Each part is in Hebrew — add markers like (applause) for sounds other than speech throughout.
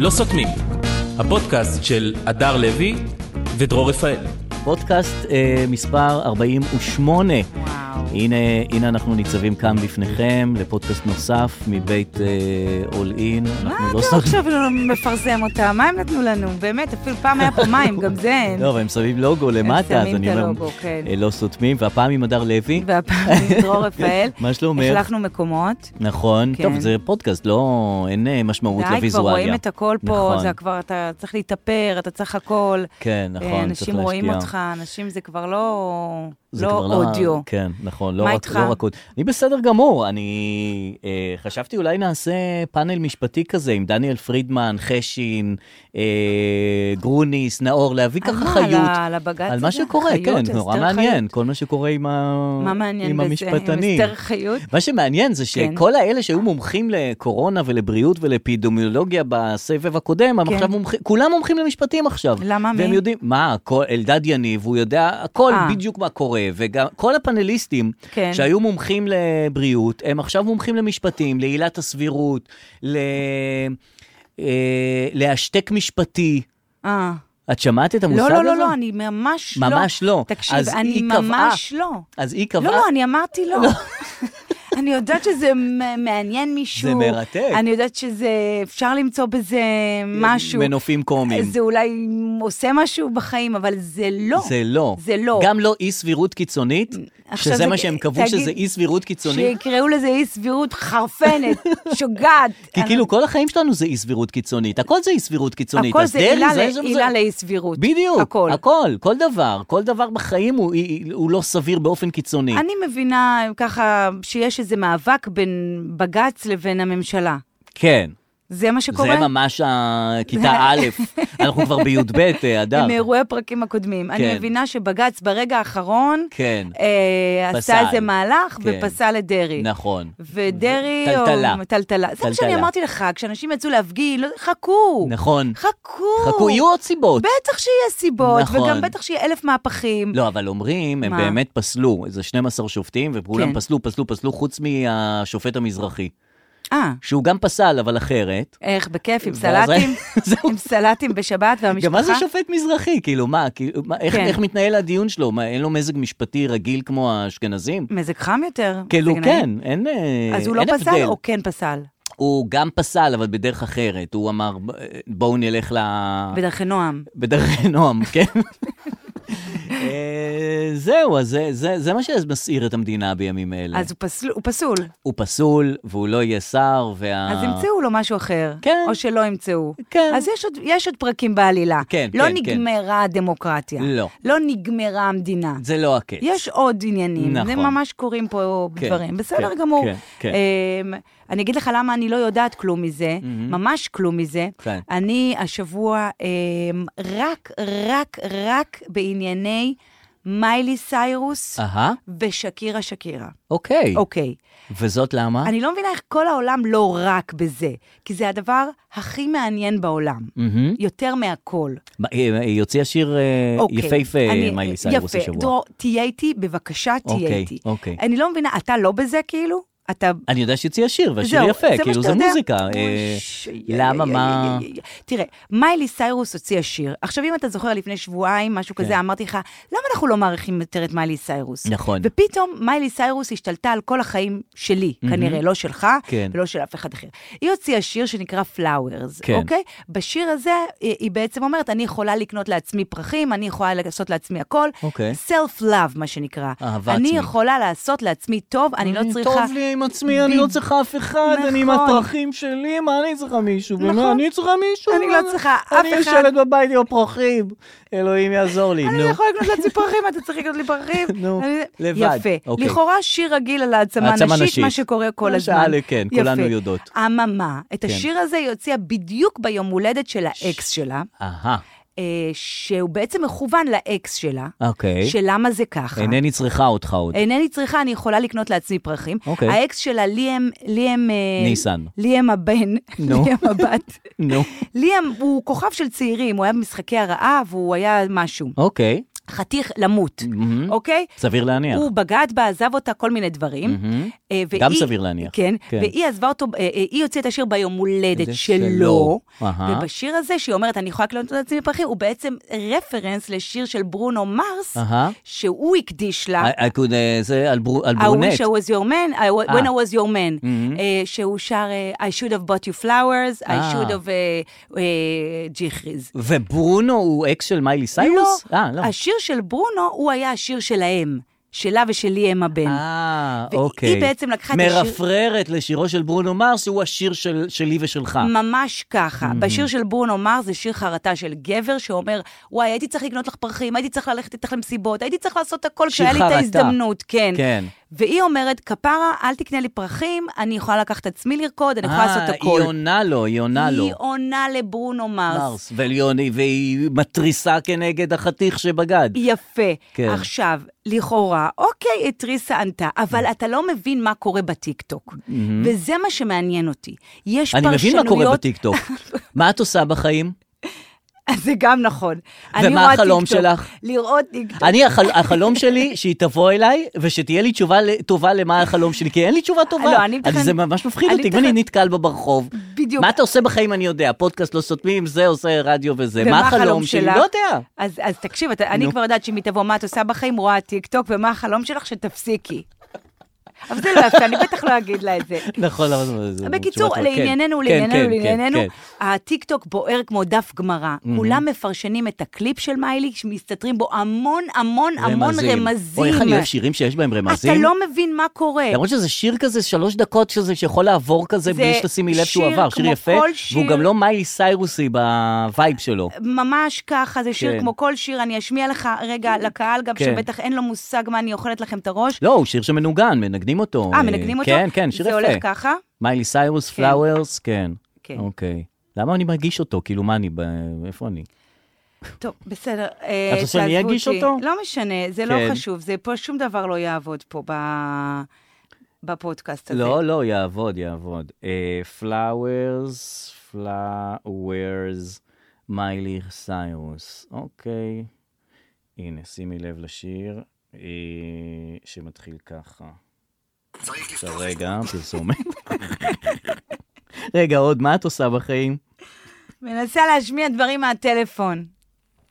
לא סותמים, הפודקאסט של הדר לוי ודרור רפאל. פודקאסט אה, מספר 48. וואו. הנה, הנה אנחנו ניצבים כאן בפניכם לפודקאסט נוסף מבית אה, All In. מה לא אנחנו אתה אוקיי, עכשיו מפרסם אותה? מה הם נתנו לנו? באמת, אפילו פעם היה פה מים, גם זה אין. לא, אבל הם שמים לוגו למטה, אז שמים אני את אומר, הלוגו, כן. אה, לא סותמים, והפעם עם הדר לוי, והפעם עם דרור רפאל. (laughs) מה שלומך? החלפנו מקומות. נכון, כן. טוב, זה פודקאסט, לא, אין אה, משמעות די, כבר לוויזואליה. רואים את הכל פה, נכון. זה כבר, אתה צריך להתאפר, אתה צריך הכל. אה, כן, נכון, צריך אנשים להשקיע. רואים אותך, אנשים זה כבר לא זה לא כבר אודיו. כן, נכון, לא מה רק, איתך? לא רק אודיו. אני בסדר גמור, אני אה, חשבתי אולי נעשה פאנל משפטי כזה עם דניאל פרידמן, חשין, אה, גרוניס, נאור, להביא על ככה מה? חיות. אה, על ה- על הבג"ץ על מה הזה? שקורה, חיות, כן, הסדר נורא חיות. מעניין, כל מה שקורה עם, ה... מה מעניין עם בזה? עם המשפטנים. אסתר חיות? מה שמעניין זה כן. שכל האלה שהיו מומחים לקורונה ולבריאות ולאפידמיולוגיה בסבב הקודם, הם כן. עכשיו מומחים, כולם מומחים למשפטים עכשיו. למה, והם מי? יודעים, מה, כל, אלדד יניב, הוא יודע הכל אה. בדיוק מה קורה, וגם כל הפאנליסטים כן. שהיו מומחים לבריאות, הם עכשיו מומחים למשפטים, לעילת הסבירות, ל... אה, להשתק משפטי. אה. את שמעת את המושג לא, הזה? לא, לא, לא, אני ממש לא. ממש לא. תקשיב, אז אני היא קבעה- ממש לא. אז היא לא, קבעה... לא, אני אמרתי לא. (laughs) אני יודעת שזה מ- מעניין מישהו. זה מרתק. אני יודעת שזה, אפשר למצוא בזה משהו. מנופים קומיים. זה אולי עושה משהו בחיים, אבל זה לא. זה לא. זה לא. גם לא אי סבירות קיצונית, עכשיו שזה זה- מה שהם קבעו, תגיד- שזה אי סבירות קיצונית. שיקראו לזה אי סבירות (laughs) חרפנת, שוגעת. כי כאילו כל החיים שלנו זה אי סבירות קיצונית, הכל זה אי סבירות קיצונית. הכל אז זה דרעי עילה זה- ל- זה- עילה זה- לאי סבירות. בדיוק, הכל. הכל, כל דבר, כל דבר בחיים הוא- הוא לא סביר באופן קיצוני. אני מבינה ככה שיש איזה מאבק בין בג"ץ לבין הממשלה. כן, זה מה זה שקורה? ממש הכיתה (laughs) א', אנחנו כבר בי"ב, אה, הדר. מאירועי הפרקים הקודמים. כן. אני מבינה שבג"ץ ברגע האחרון כן. אה, פסל. עשה איזה מהלך כן. ופסל את דרעי. נכון. ודרעי... או- טלטלה. טלטלה. זה מה שאני טלטלה. אמרתי לך, כשאנשים יצאו להפגין, לא- חכו. נכון. חכו. חכו, יהיו עוד סיבות. בטח שיהיה סיבות, נכון. וגם בטח שיהיה אלף מהפכים. לא, אבל אומרים, הם מה? באמת פסלו, איזה 12 שופטים, וכולם כן. פסלו, פסלו, פסלו, חוץ מהשופט המזרחי, אה, שהוא גם פסל, אבל אחרת. איך, בכיף, עם ואז סלטים? ראי- (laughs) זהו. עם סלטים בשבת והמשפחה? גם מה זה שופט מזרחי? כאילו, מה, כאילו, מה, איך, כן. איך מתנהל הדיון שלו? מה, אין לו מזג משפטי רגיל כמו האשכנזים? מזג חם יותר? כאילו, מזג נעים. כן, אין אה, אז הוא לא אין פסל הבדל. או כן פסל? הוא גם פסל, אבל בדרך אחרת. הוא אמר, "ב- בואו נלך ל... אה. בדרכי נועם. בדרך נועם, כן? אה, זהו, אז זה, זה, זה מה שמסעיר את המדינה בימים אלה. אז הוא פסל- הוא פסול. הוא פסול, והוא לא יהיה שר, וה... אז ימצאו לו משהו אחר. אה. כן. או שלא ימצאו. כן. אז יש עוד, יש עוד פרקים בעלילה. כן, לא כן, נגמרה הדמוקרטיה. לא. לא נגמרה המדינה. זה לא הקץ. יש עוד עניינים, נכון. זה ממש קורים פה כן, דברים. בסדר כן, גמור. כן, כן. אמ, אני אגיד לך למה אני לא יודעת כלום מזה, ממש כלום מזה. כן. אני השבוע אמ, רק, רק, רק בענייני מיילי סיירוס אהה, ושקירה שקירה. אוקיי. אוקיי. וזאת למה? אני לא מבינה איך כל העולם לא רק בזה, כי זה הדבר הכי מעניין בעולם, מהמם. יותר מהכל. מה, היא- היא הוציאה שיר אה, אוקיי. יפהפה, אני- מיילי סיירוס יפה. השבוע. דרור, תהיה איתי, בבקשה, תהיה אוקיי, איתי. אוקיי. אני לא מבינה, אתה לא בזה כאילו? אתה... אני יודע שהוציאה שיר, והשיר זהו, יפה, מה כאילו שאתה זה יודע. מוזיקה. אוי, אה, ש- למה, יא, יא, מה... יא, יא, יא, יא. תראה, מיילי סיירוס הוציאה שיר. עכשיו, אם אתה זוכר, לפני שבועיים, משהו כן. כזה, אמרתי לך, למה אנחנו לא מעריכים יותר את מיילי סיירוס? נכון. ופתאום מיילי סיירוס השתלטה על כל החיים שלי, כנראה, לא שלך, כן. ולא של אף אחד אחר. היא הוציאה שיר שנקרא Flowers, כן. אוקיי? בשיר הזה, היא היא בעצם אומרת, אני יכולה לקנות לעצמי פרחים, אני יכולה לעשות לעצמי הכל. אוקיי. Self-love, מה שנקרא. אהבה אני עצמית. יכולה לעשות לעצמי טוב, אני לא צריכה... טוב לי עם עצמי, אני לא בדיוק. צריכה אף אחד, אני עם נכון. הפרחים שלי, מה אני צריכה מישהו? באמת, נכון. אני צריכה מישהו? אני לא צריכה אף אני אחד. יושבת בבית עם הפרחים, אלוהים יעזור לי, אני לא נו. יכולה לקנות לעצמי פרחים, אתה צריך לקנות לי פרחים. (laughs) נו, אני- לבד, יפה. אוקיי. לכאורה שיר רגיל על העצמה העצמה נשית, נשית. מה שקורה כל מה הזמן. שאלה, כן, יפה. כולנו יודעות. כן. אממה, את השיר הזה היא הוציאה בדיוק ביום הולדת של האקס שלה, אהה, אה, שהוא בעצם מכוון לאקס שלה, אוקיי. שלמה זה ככה. אינני צריכה אותך עוד. אינני צריכה, אני יכולה לקנות לעצמי פרחים. אוקיי. האקס שלה, ליאם... ליאם... אה, ניסן. ליאם הבן. נו. (laughs) ליאם הבת. נו, ליאם הוא כוכב של צעירים, הוא היה במשחקי הרעב, הוא היה משהו. אוקיי. חתיך למות, מהמם. אוקיי? סביר להניח. הוא בגד בה, עזב אותה, כל מיני דברים. מהמם. אה, גם והיא- סביר להניח. כן, כן. והיא עזבה אותו, אה, אה, היא הוציאה את השיר ביום הולדת זה שלו, שלו. אהה. ובשיר הזה, שהיא אומרת, אני יכולה לקלוט את עצמי בפרחים, הוא בעצם רפרנס לשיר של ברונו מרס, אהה. שהוא הקדיש לה. I- I could, אה, זה על ברו- על I ברונט. wish I was your man, I, wa- when אה. I was your man, אה, שהוא שר אה, I should have bought you flowers, אה. I should have אה, אה, ג'יחריז. וברונו הוא אקס של מיילי סיירוס? אה, לא. השיר של ברונו הוא היה השיר שלהם, שלה ושלי הם הבן. אה, כן. והיא אוקיי. בעצם לקחה את השיר- מרפררת לשירו של ברונו מרס, שהוא השיר של- שלי ושלך. ממש Mm-hmm. ככה. בשיר של ברונו מר זה שיר חרטה של גבר שאומר, וואי, הייתי צריך לקנות לך פרחים, הייתי צריך ללכת איתך למסיבות, הייתי צריך לעשות הכל שיר כשהיה לי את חרטה. ההזדמנות, כן. כן. והיא אומרת, כפרה, אל תקנה לי פרחים, אני יכולה לקחת את עצמי לרקוד, אני יכולה לעשות אה, הכל. היא עונה לו, היא עונה לו. היא עונה לברונו מרס. מרס. וליוני, והיא מתריסה כנגד החתיך שבגד. יפה. כן. כן. עכשיו, לכאורה, אוקיי, התריסה ענתה, אבל Mm. אתה לא מבין מה קורה בטיקטוק. Mm-hmm. וזה מה שמעניין אותי. יש אני פרשנויות... מבין מה קורה בטיקטוק. מה את עושה בחיים? (laughs) זה גם נכון. אני ומה רואה החלום טיקטוק, שלך? אה, לראות טיקטוק. אני, החל- החלום שלי, שהיא תבוא אליי, ושתהיה לי תשובה ל- טובה למה החלום שלי, כי אין לי תשובה טובה. לא, אני מתכנן- זה ממש מפחיד אני אותי, אם אני מתכנן- נתקל בה ברחוב. בדיוק. מה אתה עושה בחיים, אני יודע. פודקאסט לא סותמים, זה עושה רדיו וזה. מה החלום שלי? לא יודע. אז, אז תקשיב, אתה, אני נו. כבר יודעת שאם היא תבוא, מה את עושה בחיים, רואה טיקטוק, ומה החלום שלך? שתפסיקי. אבל זה לא יפה, אני בטח לא אגיד לה את זה. נכון, אבל זה- זה... בקיצור, תשובה טובה, כן. לענייננו, כן, לענייננו, כן, כן, לענייננו, כן. הטיקטוק בוער כמו דף גמרא. כולם מפרשנים את הקליפ של מיילי, שמסתתרים בו המון המון המון רמזים. כן. אוי, איך אני אוהב שירים שיש בהם רמזים. אתה לא מבין מה קורה. למרות שזה שיר כזה, שלוש דקות שזה, שיכול לעבור כזה זה בלי שתשימי לב שהוא שיר עבר, שיר כמו יפה, כל שיר. והוא גם לא מיילי סיירוסי בווייב שלו. ממש ככה, זה שיר כן. כמו כל שיר, אני אשמיע לך רגע לקהל, גם כן. שבטח אין לו מושג מה אני אוכלת לכם את הראש. לא, הוא שיר שמנוגן, מנגנים אותו. אה, מנגנים אותו? כן, כן, שיר יפה. זה הולך ככה? מיילי סיירוס, כן. פלאוורס, כן. כן. אוקיי. למה אני מרגיש אותו? כאילו, מה אני, ב- איפה אני? טוב, בסדר. אה, את רוצה שאני תעזבו אגיש אותי. אותו? לא משנה, זה לא כן. חשוב, זה פה, שום דבר לא יעבוד פה ב- בפודקאסט הזה. לא, לא, יעבוד, יעבוד. אה, פלאוורס, פלאוורס, מיילי סיירוס. אוקיי. הנה, שימי לב לשיר אה, שמתחיל ככה. עכשיו רגע, פרסומת. רגע, עוד, מה את עושה בחיים? מנסה להשמיע דברים מהטלפון.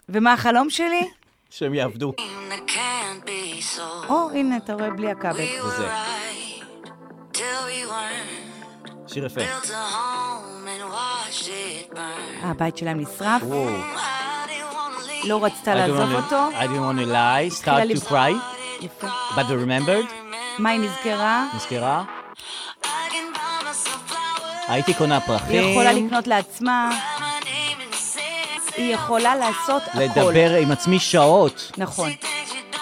ומה החלום שלי? שהם יעבדו. That can't be so. או, הנה, אתה רואה בלי הכבל. We זה. were right till we weren't. שיר יפה. Built a home and watched it burn. הבית שלהם נשרף, וואו. I didn't wanna leave. לא רצתה לעזוב אותו. I don't want to lie, start to לבכות. cry, יפה. but remembered, מה היא נזכרה? נזכרה? I can buy myself flowers. הייתי קונה היא פרחים. יכולה לקנות לעצמה, Buy my name and say- say היא יכולה לעשות הכל. לדבר עם עצמי שעות, נכון. things you don't understand.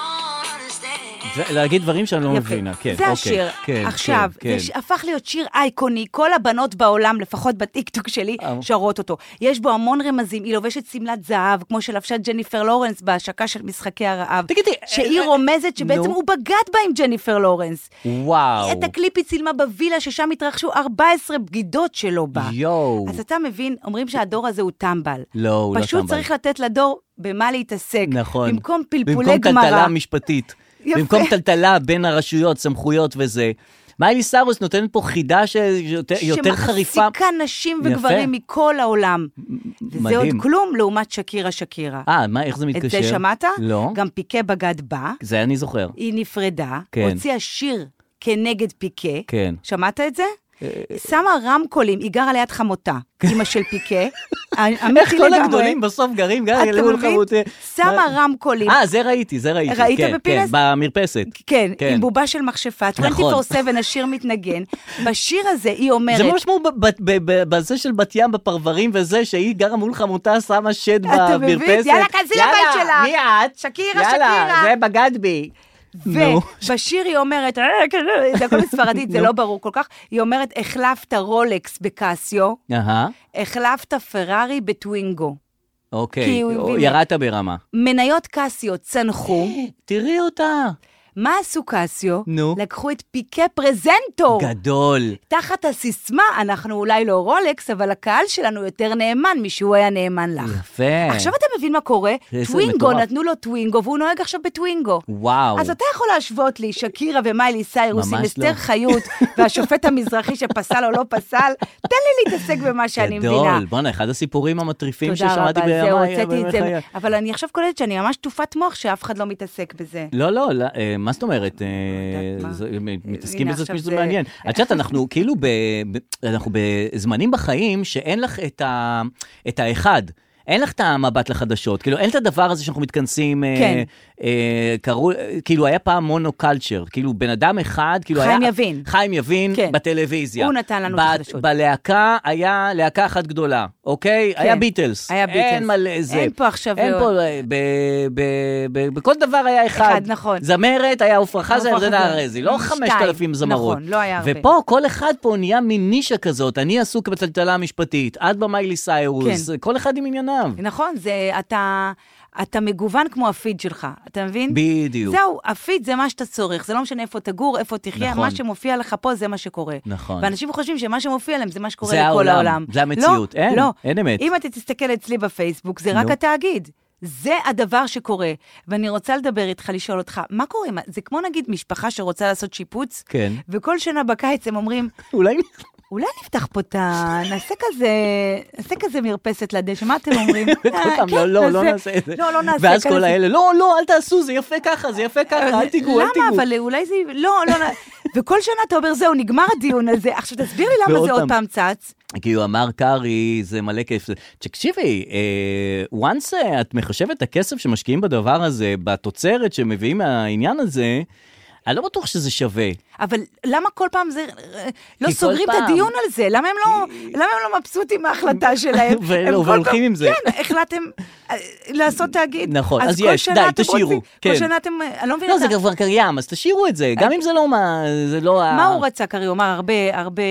להגיד דברים שאני לא יפה. מבינה. כן, זה אוקיי. השיר. כן, עכשיו, כן, כן. זה ש- הפך להיות שיר אייקוני, כל הבנות בעולם, לפחות בטיקטוק שלי, אה. שרות אותו. יש בו המון רמזים, היא לובשת שמלת זהב, כמו שלבשה ג'ניפר לורנס בהשקה של משחקי הרעב. תגידי, שהיא אה, רומזת שבעצם נו. אה, הוא בגד בה עם ג'ניפר לורנס. וואו. את הקליפ היא צילמה בווילה, ששם התרחשו 14 בגידות שלו בה. יואו. אז אתה מבין, אומרים שהדור הזה הוא טמבל. לא, הוא לא פשוט טמבל. צריך לתת לדור במה להתעסק. נכון. במקום פלפולי במקום גמרא. טלטלה משפטית. יפה. במקום טלטלה בין הרשויות, סמכויות וזה. מיילי סרוס נותנת פה חידה שיותר יותר חריפה. שמחזיקה נשים יפה. וגברים מכל העולם. וזה עוד מדהים. כלום לעומת שקירה שקירה. אה, מה, איך זה את מתקשר? זה שמעת? לא. גם פיקה בגד בה, זה אני זוכר. היא נפרדה, כן. הוציאה שיר כנגד פיקה. כן. אה, שמעת את זה? שמה רמקולים, היא גרה ליד חמותה, אימא של (laughs) פיקה. כן. אה, איך כל הגדולים בסוף גרים, גם אתה אל מול מבין? חרותי. שמה רמקולים. אה, זה ראיתי, זה ראיתי. ראית כן, בפינס? כן, במרפסת. כן, כן. עם בובה של מכשפה, 24/7 נכון. השיר מתנגן. בשיר הזה היא אומרת... זה ממש כמו ב- ב- ב- ב- בזה של בת ים בפרברים וזה, שהיא גרה מול חמותה, שמה שד (laughs) אתה מבין? במרפסת. יאללה, כנסי לבית יאללה, שלך. מי את? שקירה, יאללה, שקירה. זה בגד בי. נו. ובשיר היא אומרת, "אה, כן, אה", זה הכל בספרדית, זה נו. לא ברור כל כך, היא אומרת, החלפת רולקס בקסיו, אהה, החלפת פרארי בטווינגו. אוקיי. כי הוא או, הבין. ירדת ברמה. מניות קסיו צנחו, תראי אותה. מה עשו קסיו? נו. לקחו את פיקה פרזנטור. גדול. תחת הסיסמה, אנחנו אולי לא רולקס, אבל הקהל שלנו יותר נאמן משהוא היה נאמן לך. יפה. עכשיו אתה מבין מה קורה? זה עשר טווינגו, מטורף. נתנו לו טווינגו, והוא נוהג עכשיו בטווינגו. וואו. אז אתה יכול להשוות לי שקירה ומיילי סיירוס עם ממש אסתר לא. (laughs) חיות והשופט המזרחי שפסל או לא פסל, תן לי להתעסק במה שאני מבינה. גדול. בואנה, אחד הסיפורים המטריפים תודה ששמעתי רבה, זהו, בימיי. הוצאתי את זה. בחיי. אבל אני עכשיו קולטת שאני ממש טופת מוח שאף אחד לא מתעסק בזה. לא, לא, לא, אה, מה זאת אומרת? אה, לא, יודעת מה. זה- הנה, מתעסקים בזה עכשיו שזה זה- (laughs) מעניין. את יודעת, אנחנו כאילו ב- ב- אנחנו בזמנים בחיים שאין לך את ה- את האחד. אין לך את המבט לחדשות, כאילו אין את הדבר הזה שאנחנו מתכנסים, אה, כן. אה, קראו, אה, כאילו היה פעם מונוקלצ'ר, כאילו בן אדם אחד, כאילו חיים היה... יבין. חיים יבין כן. בטלוויזיה. הוא נתן לנו את ב- החדשות. בלהקה היה להקה אחת גדולה, אוקיי? כן. היה ביטלס. היה ביטלס. אין מלא זה. אין פה עכשיו- לא- אין פה, אה, ב- ב- ב- בכל דבר היה אחד. אחד, נכון. זמרת, היה עפרה חזה, עפרה ירדנה חזה. ארזי, לא שתיים, 5,000 זמרות. נכון, לא היה הרבה. ופה כל אחד פה נהיה מין נישה כזאת, אני עסוק בטלטלה המשפטית, את במיילי סיירוס, כן. כל אחד עם ענייניו. נכון, זה, אתה, אתה מגוון כמו הפיד שלך, אתה מבין? בדיוק. זהו, הפיד זה מה שאתה צורך, זה לא משנה איפה תגור, איפה תחיה, נכון. מה שמופיע לך פה זה מה שקורה. נכון. ואנשים חושבים שמה שמופיע להם זה מה שקורה זה לכל העולם, העולם. זה המציאות. לא, אין, לא. אין אמת. אם אתה תסתכל אצלי בפייסבוק, זה רק נו. התאגיד. זה הדבר שקורה. ואני רוצה לדבר איתך, לשאול אותך, מה קורה? עם ה- זה כמו נגיד משפחה שרוצה לעשות שיפוץ, כן. וכל שנה בקיץ הם אומרים, אולי... אולי נפתח פה את ה... נעשה כזה, נעשה כזה מרפסת לדשא, מה אתם (laughs) אומרים? כל פעם, לא, לא, לא נעשה את זה. אה, כן, לא, לא נעשה. ואז כאלה כל זה- האלה, לא, לא, אל תעשו, זה יפה ככה, זה יפה ככה, אל תיגעו, אל תיגעו. למה? אבל אולי זה... לא, לא... נע- וכל שנה אתה אומר, זהו, נגמר הדיון הזה. עכשיו, תסביר לי למה ועוד זה עוד פעם. פעם צץ. כאילו אמר קארי, זה מלא כיף. תקשיבי, אה, once אה, את מחשבת את הכסף שמשקיעים בדבר הזה, בתוצרת שמביאים מהעניין הזה, אני לא בטוח שזה שווה. אבל למה כל פעם זה... לא כל סוגרים את פעם. הדיון על זה? למה הם לא... למה הם לא מבסוטים מההחלטה שלהם? (laughs) ולא, הם כל פעם- והולכים עם זה. כן, החלטתם אה, לעשות תאגיד. נכון, אז כל יש, שנה די, אתם תשאירו, רוצים- כל כן. שנה אתם... אה, אני לא מבינה לא, את זה ה- כבר קיים, אז תשאירו את זה, גם אם זה לא מה... זה לא ה... מה הוא רצה, קרי? הוא אמר, הרבה הרבה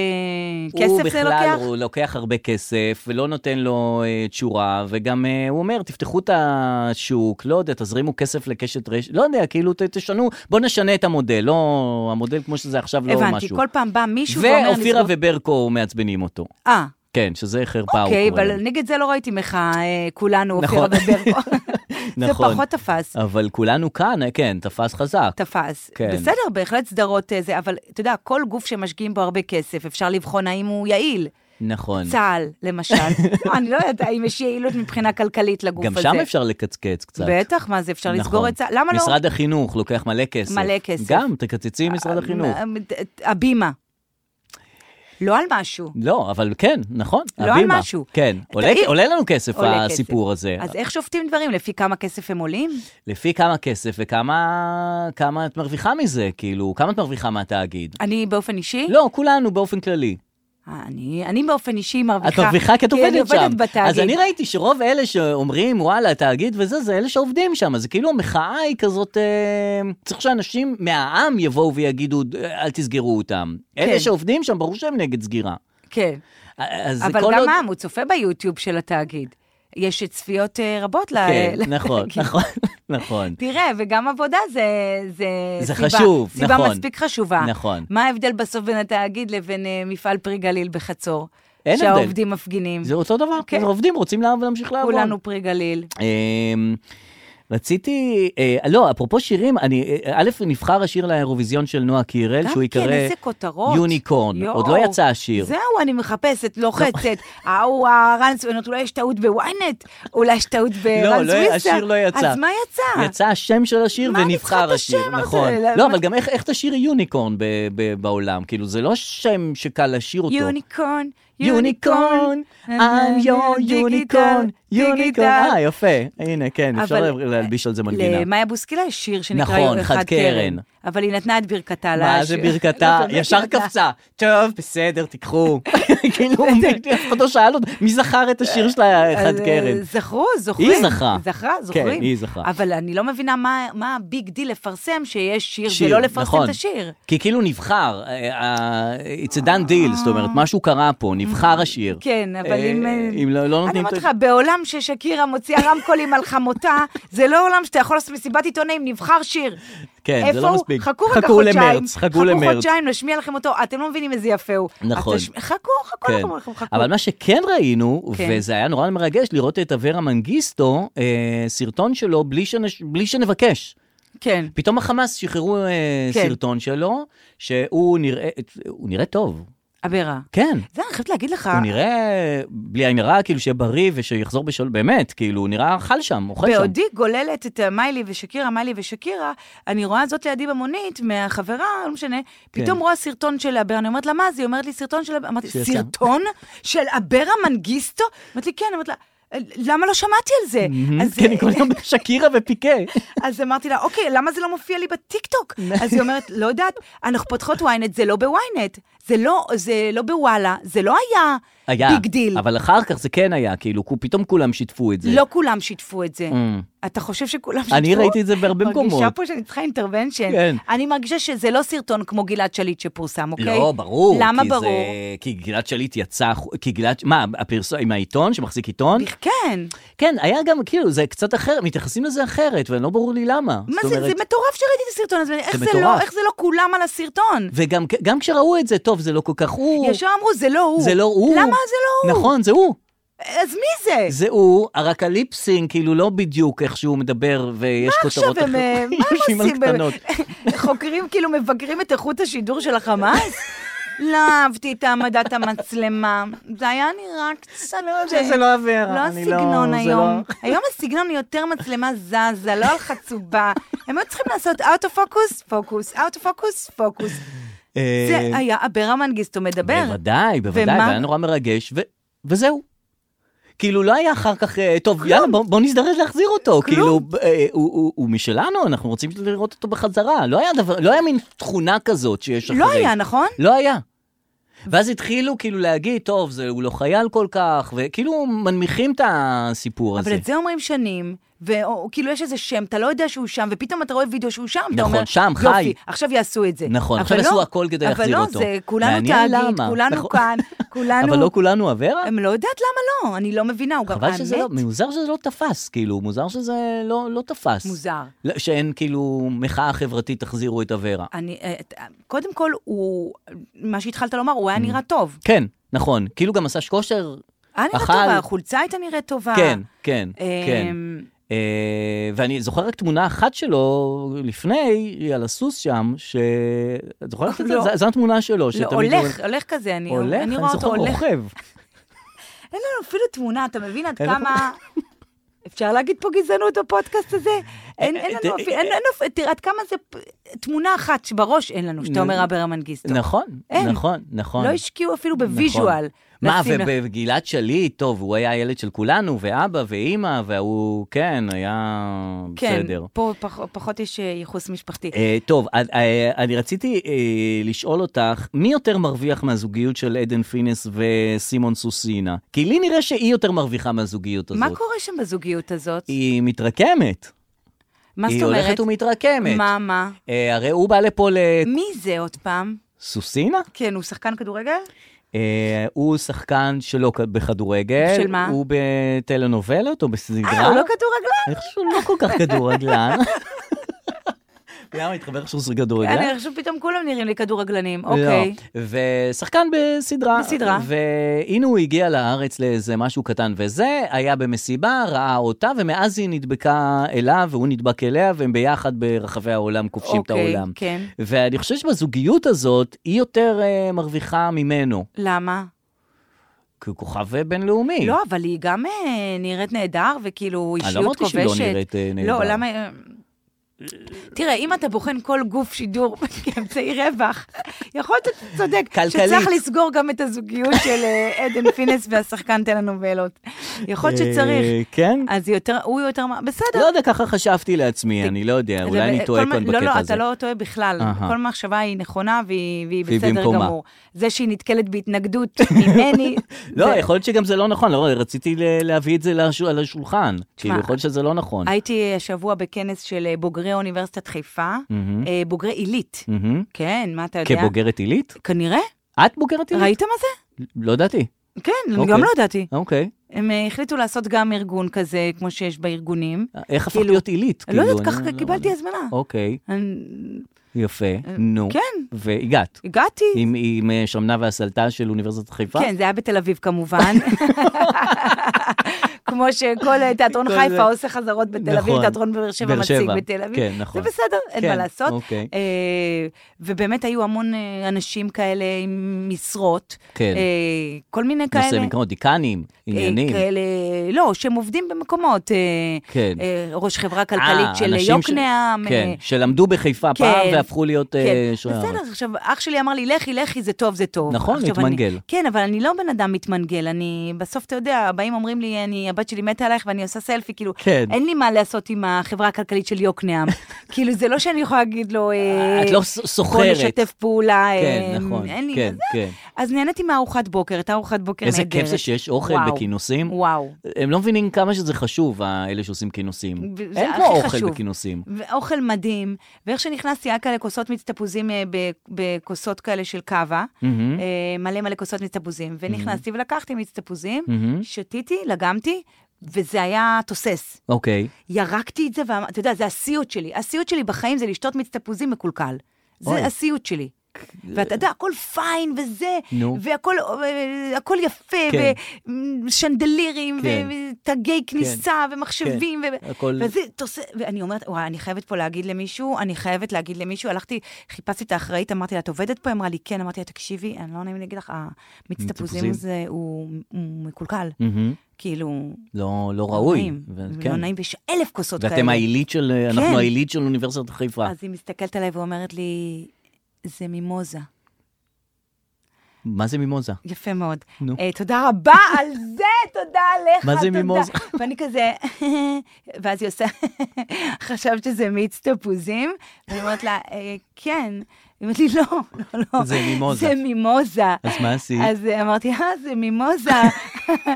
הוא כסף זה בכלל, לוקח? הוא לוקח הרבה כסף, ולא נותן לו אה, תשורה, וגם אה, הוא אומר, תפתחו את השוק, לא יודע, תזרימו כסף לקשת רשת, לא יודע, כאילו, ת, תשנו, בואו נשנה את המודל, לא, המודל כמו שזה עכשיו לא הבנתי, משהו. כל פעם בא מישהו ואומר... ואופירה נסגור- וברקו מעצבנים אותו. אה, כן, שזה חרפה, הוא אוקיי, קורא אבל להם. נגד זה לא ראיתי מחאה, אה, כולנו, נכון. אופירה (laughs) וברקו. נכון. זה פחות תפס. אבל כולנו כאן, אה, כן, תפס חזק. תפס. כן. בסדר, בהחלט סדרות אה, זה, אבל אתה יודע, כל גוף שמשקיעים בו הרבה כסף, אפשר לבחון האם הוא יעיל. נכון. צה"ל, למשל. (laughs) לא, אני לא יודעת אם יש יעילות מבחינה כלכלית לגוף גם הזה. שם אפשר לקצקץ קצת. בטח, מה זה, אפשר נכון. לסגור את צה"ל? למה לא? משרד החינוך לוקח מלא כסף. מלא כסף. גם, תקצצי משרד החינוך. אה, הבימה. לא על משהו. לא, אבל כן, נכון, לא על הבימה. משהו. כן, עולה- תגיד- עולה לנו כסף עולה כסף. הסיפור הזה. אז איך שופטים דברים? לפי כמה כסף הם עולים? לפי כמה כסף וכמה כמה את מרוויחה מזה, כאילו, כמה את מרוויחה מהתאגיד? אני באופן אישי? אה, לא, כולנו באופן כלי. אני, אני באופן אישי מרוויחה. את מרוויחה כי את עובדת שם. כי אני כן, עובדת בתאגיד. אז אני ראיתי שרוב אלה שאומרים, וואלה, תאגיד וזה, זה אלה שעובדים שם. אז כאילו המחאה היא כזאת, אה, צריך שאנשים מהעם יבואו ויגידו, "אה, אל תסגרו אותם. כן. אלה שעובדים שם, ברור שהם נגד סגירה. אה, כן. אז זה אבל כל גם עוד- העם, הוא צופה ביוטיוב של התאגיד. יש צפיות אה, רבות ל... כן, (laughs) ל- (laughs) נכון, כאילו, נכון, (laughs) נכון. תראה, וגם עבודה זה, זה, זה סיבה, חשוב, סיבה נכון. מספיק חשובה. נכון. מה ההבדל בסוף בין התאגיד לבין אה, מפעל פרי גליל בחצור? אין הבדל. שהעובדים מפגינים. זה אותו דבר, כן. כן. עובדים, רוצים לעבוד ולהמשיך לעבוד. כולנו פרי גליל. אמ, רציתי, אה, לא, אפרופו שירים, אני, אה, א', נבחר השיר לאירוויזיון של נועה קירל, גם שהוא כן, ייקרא איזה כותרות. יוניקורן. יואו. עוד לא יצא השיר. לא. זהו, אני מחפשת, לוחצת. ההוא, הרנס, אולי יש טעות בוויינט, אולי יש טעות ברנס לא, וויסה. השיר לא יצא. אה, אז מה יצא? יצא השם של השיר מה אני צריכה את ונבחר השיר, השם הזה? נכון. למה- לא, אבל גם איך, איך תשאירי יוניקורן ב, ב, בעולם? כאילו, זה לא שם שקל לשיר אותו. יוניקורן, יוניקורן, I'm your יוניקורן, יוניקורן. אה, יפה, הנה, כן, אפשר אבל- להלביש על זה מנגינה. למאיה בוסקילה יש שיר שנקרא נכון, יום אחד חד קרן. קרן. אבל היא נתנה את ברכתה לשיר. מה זה ברכתה? לא, באמת ישר היא נתנה. קפצה. טוב, בסדר, (laughs) תיקחו. כאילו, (laughs) אף אחד לא שאל אותה, מי זכר את השיר של האחד אז, קרן? אה, זכרו, זוכרים. היא זכרה. זכרה, זוכרים. כן, היא זכרה. אבל אני לא מבינה מה- מה הביג דיל לפרסם שיש שיר שיר, ולא לפרסם נכון. את השיר. כי כאילו נבחר, אה, אה, it's a done deal, זאת אומרת, משהו קרה פה, נבחר השיר. כן, אבל אה, אם... אה, אם לא לא אני נותנים... אומרת את לך, בעולם ששקירה מוציאה רמקולים על חמותה, זה לא עולם שאתה יכול לעשות מסיבת עיתונאים, נבחר שיר. כן, זה איפה לא הוא? מספיק. חכו רגע חכו חודשיים. למרץ, חכו למרץ. חכו חודשיים, נשמיע לכם אותו, אתם לא מבינים איזה יפה הוא. נכון. אז תש- חכו, חכו, כן. אנחנו אומרים לכם, חכו. אבל מה שכן ראינו, כן. וזה היה נורא מרגש לראות את אברה מנגיסטו, אה, סרטון שלו בלי שנש- בלי שנבקש. כן. פתאום החמאס שחררו אה, כן. סרטון שלו, שהוא נראה, הוא נראה טוב. אברה. כן. זה, אני חייבת להגיד לך, הוא נראה, בלי עין הרע, כאילו שיהיה בריא ושיחזור בשלום, באמת, כאילו, הוא נראה חל שם, אוכל שם. בעודי גוללת את מיילי ושקירה, מיילי ושקירה, אני רואה זאת לידי במונית, מהחברה, לא משנה, כן. פתאום רואה סרטון של אברה, אני אומרת לה, מה זה? היא אומרת לי, סרטון של אברה, אמרתי, שיצא. סרטון של אברה מנגיסטו? אמרתי לי, כן, אמרתי לה, למה לא שמעתי על זה? אז- כן, היא קוראת גם (laughs) שקירה ופיקה. (laughs) אז אמרתי לה, אוקיי, למה זה לא מופיע לי בטיקטוק? אז היא אומרת, לא יודעת, אנחנו פותחות ynet, זה לא בוויינט, זה לא, זה לא בוואלה, זה לא היה, היה. ביג דיל. אבל אחר כך זה כן היה, כאילו, כו- פתאום כולם שיתפו את זה. לא כולם שיתפו את זה. Mm. אתה חושב שכולם שיתפו? אני ראיתי את זה בהרבה מרגישה מקומות. פה שאני צריכה אינטרוונשן. כן. אני מרגישה שזה לא סרטון כמו גלעד שליט שפורסם, אוקיי? לא, ברור. למה כי ברור? זה... כי גלעד שליט יצא, החו- כי גלעד, מה, הפרסום, עם העיתון שמחזיק עיתון? בכ- כן. כן, היה גם, כאילו, זה קצת אחר, מתייחסים לזה אחרת, ולא ברור לי למה. מה זאת זה, אומרת- זה מטורף שראיתי את הסרטון הזה, איך זה לא- מטורף. איך זה לא כולם על הסרטון? וגם גם כשראו את זה, טוב, זה לא כל כך הוא. ישר אמרו, זה לא הוא. זה לא הוא. למה זה לא הוא? נכון, זה הוא. אז מי זה? זה הוא, רק הליפסינג, כאילו, לא בדיוק איך שהוא מדבר, ויש עכשיו כותרות (laughs) הם, אה, מה יש עם הם עושים? הקטנות. באמת? (laughs) חוקרים, כאילו מבקרים את איכות השידור של (laughs) החמאס? לא אהבתי את העמדת המצלמה, זה היה נראה קצת... שזה לא עבירה, לא אני לא- הסגנון זה היום. לא- היום הסגנון הוא יותר מצלמה זזה, לא על (laughs) חצובה. הם היו צריכים לעשות אאוטו פוקוס, פוקוס, אאוטו פוקוס, פוקוס. אה, זה היה אברה מנגיסטו מדבר. בוודאי, בוודאי, ומה? והיה נורא מרגש, ו- וזהו. כאילו, לא היה אחר כך, אה, טוב, יאללה, בוא, בוא נזדרז להחזיר אותו. כלום. כאילו, אה, הוא, הוא, הוא משלנו, אנחנו רוצים לראות אותו בחזרה. לא היה, דבר, לא היה מין תכונה כזאת שיש אחרי. לא היה, נכון? לא היה. ואז התחילו כאילו להגיד, טוב, זה, הוא לא חייל כל כך, וכאילו מנמיכים את הסיפור הזה. אבל את זה אומרים שנים, וכאילו יש איזה שם, אתה לא יודע שהוא שם, ופתאום אתה רואה וידאו שהוא שם, אתה נכון, אומר, שם, יופי, חי." עכשיו יעשו את זה. נכון, אבל עכשיו לא, יעשו הכל כדי להחזיר אותו. אבל לא, זה כולנו מעניין תאגיד, למה. כולנו נכון. כאן, (laughs) כולנו... אבל לא כולנו אברה? הם לא יודעת למה לא, אני לא מבינה, הוא גם חבל שזה לא, האמת, מוזר שזה לא תפס, כאילו, מוזר שזה לא, לא תפס. מוזר. לא, שאין כאילו מחאה חברתית, תחזירו את אברה. אני, אה, את- קודם כל, הוא, מה שהתחלת לומר, הוא היה נראה טוב. כן, נכון. כאילו גם עשה כושר, היה נראה אכל. טובה, החולצה הייתה נראית טובה. לא, כן, כן, כן. אה, אמ, אה, ואני זוכר רק תמונה אחת שלו לפני, היא על הסוס שם, ש... את זוכרת את זה? (laughs) לא. זו- זו התמונה שלו, לא, שתמיד... הולך, הולך כזה, אני הולך, אני אני רואה אותו זוכר, הולך. רוכב. אין לנו אפילו תמונה, אתה מבין עד אין לנו- (laughs) כמה... אפשר להגיד פה גזענות בפודקאסט הזה? אין אין לנו אפילו, אין לנו, תראה, עד כמה זה פ- תמונה אחת שבראש אין לנו, שאתה אומר אברה מנגיסטו. נכון, אין. נכון, נכון. לא השקיעו אפילו נכון. בוויז'ואל. מה, לשים לך- ובגלעד שליט, טוב, הוא היה הילד של כולנו, ואבא ואימא, והוא, כן, היה כן, בסדר. פה פח- פחות יש אה, ייחוס משפחתי. אה, טוב, אה, אה, אני רציתי אה, לשאול אותך, מי יותר מרוויח מהזוגיות של עדן פינס וסימון סוסינה? כי לי נראה שהיא יותר מרוויחה מהזוגיות הזאת. מה קורה שם בזוגיות הזאת? היא מתרקמת. מה זאת היא אומרת? הולכת ומתרקמת. מה, מה? אה, הרי הוא בא לפה מי זה עוד פעם? לסוסינה? כן, הוא שחקן כדורגל? אה, הוא שחקן שלא כ- בכדורגל. של מה? הוא בטלנובלות או בסדרה. אה, הוא לא כדורגלן? אני חושב שהוא לא כל כך כדורגלן. (laughs) למה התחבר שהוא שחק כדורגלן? אני חושבת פתאום כולם נראים לי כדורגלנים, אוקיי. לא. ושחקן בסדרה. בסדרה. והנה הוא הגיע לארץ לאיזה משהו קטן וזה, היה במסיבה, ראה אותה, ומאז היא נדבקה אליו, והוא נדבק אליה, והם ביחד ברחבי העולם כובשים את אוקיי, העולם. כן. ואני חושב שבזוגיות הזאת, היא יותר אה, מרוויחה ממנו, למה? ככוכב בינלאומי. לא, אבל היא גם אה, נראית נהדר, וכאילו לא אישיות כובשת. אמרתי שהיא לא נראית, אה, נהדר. לא, למה... אה, תראה, אם אתה בוחן כל גוף שידור (laughs) כאמצעי רווח, יכול להיות שאתה צודק, כלכלית. שצריך לסגור גם את הזוגיות של אה, עדן פינס והשחקן טלנובלות. יכול להיות שצריך. אה, כן? אז היא יותר, הוא יותר, מה- בסדר. לא יודע, ככה חשבתי לעצמי, אני לא יודע, זה אולי כל אני טועה מה- כאן לא, לא, בקטע הזה. אתה לא טועה בכלל. אהה. כל מחשבה היא נכונה והיא והיא והיא בסדר במקומה. גמור. זה שהיא נתקלת (laughs) בהתנגדות ממני, לא, זה- יכול להיות שגם זה לא נכון, לא, רציתי ל- להביא את זה לשו- על השולחן. כאילו, יכול להיות שזה לא נכון. הייתי השבוע בכנס של אה, בוגרי אוניברסיטת חיפה, מהמם. אה, בוגרי עילית. מהמם. כן, מה אתה יודע? כבוגרת עילית? כנראה. את בוגרת עילית? ראית מה זה? לא ידעתי. כן, אני אוקיי. גם לא ידעתי. אוקיי. אה, הם אה, החליטו לעשות גם ארגון כזה, כמו שיש בארגונים. איך הפך כאילו- להיות עילית? אני לא כאילו, יודעת, ככה לא- קיבלתי לא- הזמנה. אוקיי, אני- יפה, נו. כן. והגעת. הגעתי. עם- עם אה, שמנה והסלטה של אוניברסיטת חיפה? כן, זה היה בתל אביב (laughs) כמובן. כמו שכל אה, תיאטרון כל חיפה זה. עושה חזרות בתל אביב, נכון. תיאטרון באר שבע באר מציג שבע. בתל אביב. כן, נכון. זה בסדר, אין מה כן, לעשות. אוקיי. אה, ובאמת היו המון אה, אנשים כאלה עם משרות. כן. אה, כל מיני כאלה. נושאי מקרא, דיקנים, אה, עניינים. כאלה, לא, שהם עובדים במקומות. אה, כן. אה, ראש חברה אה, כלכלית של אנשים ש- יוקנעם. כן, אה, שלמדו בחיפה פעם כן, והפכו להיות... אה, כן, שוער. בסדר, עכשיו, אח שלי אמר לי, לכי, לכי, זה טוב, זה טוב. נכון, עכשיו, להתמנגל. אני- כן, אבל אני לא בן אדם מתמנגל, אני, בסוף, אתה יודע, באים אומרים לי, אני, הבת שלי מתה עלייך ואני עושה סלפי, כאילו, כן. אין לי מה לעשות עם החברה הכלכלית של (laughs) יוקנעם. כאילו, זה לא שאני יכולה להגיד לו, אה, את לא ס- בוא סוחרת. נשתף פעולה, כן, אה, נכון, אין לי, כן, זה- כן. אז נהניתי מארוחת בוקר, הייתה ארוחת בוקר איזה נהדרת. כיף זה שיש אוכל וואו, בכינוסים. וואו. הם לא מבינים כמה שזה חשוב, ה- אלה שעושים כינוסים. ו- זה אין הכי כמו אוכל חשוב. בכינוסים. ואוכל מדהים, ואיך שנכנסתי, היה כאלה כוסות מיץ תפוזים אה, ב- בכוסות כאלה של קאבה, מהמם. אה, מלא מלא כוסות מיץ תפוזים, ונכנסתי ולקחתי מיץ תפוזים, מהמם. שתיתי, לגמתי, וזה היה תוסס. אוקיי. ירקתי את זה, ואתה יודע, זה הסיוט שלי. הסיוט שלי בחיים זה לשתות מיץ תפוזים מקולקל. אוי. זה הסיוט שלי. ואתה יודע, הכל פיין וזה, נו. והכל אה, הכל יפה, כן. ושנדלירים, כן. ותגי כניסה, ומחשבים, ו- הכל- וזה תוסס, ואני אומרת, וואי, אני חייבת פה להגיד למישהו, אני חייבת להגיד למישהו, הלכתי, חיפשתי את האחראית, אמרתי לה, את עובדת פה? היא אמרה לי, כן, אמרתי לה, תקשיבי, אני לא נעים לי להגיד לך, המיץ מיץ תפוזים תפוזים? הזה הוא הוא מקולקל, מהמם. כאילו, לא לא לא ראוי. נעים. ו- לא כן. נעים, ויש אלף כוסות כאלה. ואתם העילית של, אה, אנחנו כן. העילית של אוניברסיטת חיפה. אז היא מסתכלת עליי ואומרת לי, זה מימוזה. מה זה מימוזה? יפה מאוד. נו. אה, תודה רבה (laughs) על זה, תודה עליך, מה זה תודה. מימוזה? (laughs) ואני כזה, ואז היא עושה, (laughs) חשבת שזה מיץ תפוזים? ואני אומרת לה, "אה, כן. היא אומרת לי, לא, לא, לא. זה מימוזה." זה מימוזה. אז מה עשית? אז אה, אמרתי, אה, זה מימוזה. (laughs)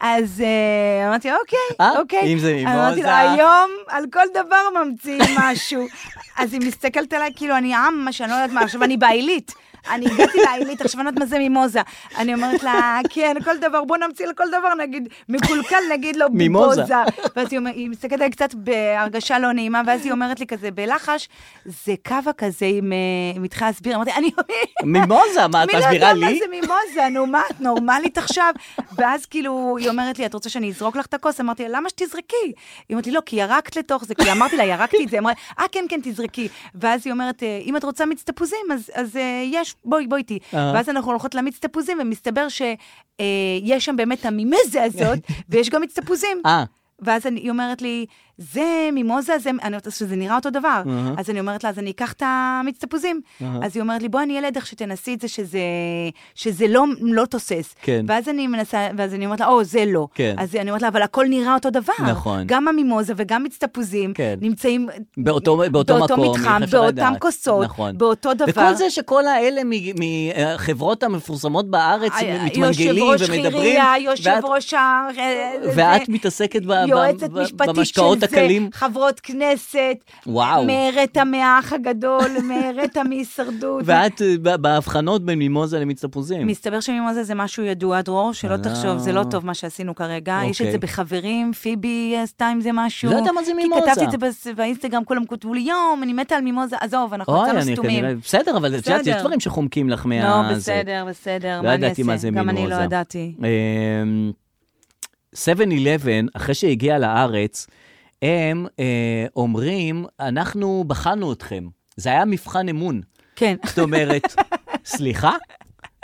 אז אה, אמרתי, אוקיי, אה, אוקיי. אם זה אמרתי לו, מימוזה. היום על כל דבר ממציאים משהו. אז היא מסתכלת עליי, כאילו, אני עם, מה שאני לא יודעת מה, עכשיו אני בעילית. אני הגעתי לעילית, עכשיו אני יודעת מה זה מימוזה. אני אומרת לה, כן, כל דבר, בוא נמציא לכל דבר, נגיד, מקולקל, נגיד לו מימוזה. ביבוזה. ואז היא, אומר- היא מסתכלת עליי קצת בהרגשה לא נעימה, ואז היא אומרת לי כזה בלחש, זה קאבה כזה עם, אה, אם התחילה להסביר, אמרתי, אני... מימוזה, מה, את מי לא מסבירה יודע מה לי? זה מימוזה, נו מה, את (laughs) נורמלית עכשיו? ואז כאילו, היא אומרת לי, את רוצה שאני אזרוק לך את הכוס? אמרתי לה, למה שתזרקי? היא אומרת לי, לא, כי ירקת לתוך זה, כי אמרתי לה, ירקתי את זה, היא אמרה, אה, כן, כן, תזרקי. ואז היא אומרת, "אה, אם את רוצה מיץ תפוזים, אז- אז אה, יש, בואי, בואי איתי. אה. ואז אנחנו הולכות למיץ תפוזים, ומסתבר שיש שם באמת את המימזה (laughs) הזאת, ויש גם מיץ תפוזים. אה, ואז אני, היא אומרת לי, זה מימוזה, זה, אני אומרת, שזה נראה אותו דבר. אהה. אז אני אומרת לה, אז אני אקח את המיץ תפוזים. אהה. אז היא אומרת לי, בואי אני אלד איך שתנסי את זה, שזה, שזה לא, לא תוסס. כן. ואז אני מנסה, ואז אני אומרת לה, או, זה לא. כן. אז אני אומרת לה, אבל הכל נראה אותו דבר. נכון. גם המימוזה וגם מיץ תפוזים כן. נמצאים באותו, באותו, באותו מקום, מתחם, איך אפשר באותם לדעת? כוסות, נכון. באותו דבר. וכל זה שכל האלה מהחברות המפורסמות בארץ ה- מתמנגלים אה, יושב ראש ומדברים, חירייה, ואת- יושב ראש ה... אה, זה- ואת מתעסקת ב- ב- יועצת ב- משפטית של במשקאות זה, הקלים. חברות כנסת, וואו. מהראתה מהאח הגדול, (laughs) מהראתה מהישרדות. ואת אה, ב- בהבחנות בין מימוזה למיץ תפוזים. מסתבר שמימוזה זה משהו ידוע, דרור, שלא אה. תחשוב, זה לא טוב מה שעשינו כרגע. יש את אוקיי. זה בחברים, פיבי עשתה עם זה משהו. לא יודע מה זה כי מימוזה. כתבתי את זה בס- באינסטגרם, כולם כתבו לי, יום, אני מתה על מימוזה, עזוב, אנחנו אוי, יצאנו אני סתומים. כנראה... בסדר, אבל את יודעת, יש בסדר. דברים שחומקים לך מה... לא, זה. בסדר, בסדר, לא מה אני ידעתי אעשה? מה זה גם מימוזה. אני לא ידעתי. אמ, 7-Eleven, אחרי שהגיע לארץ, הם אה, אומרים, אנחנו בחנו אתכם. זה היה מבחן אמון. כן. זאת אומרת, (laughs) סליחה?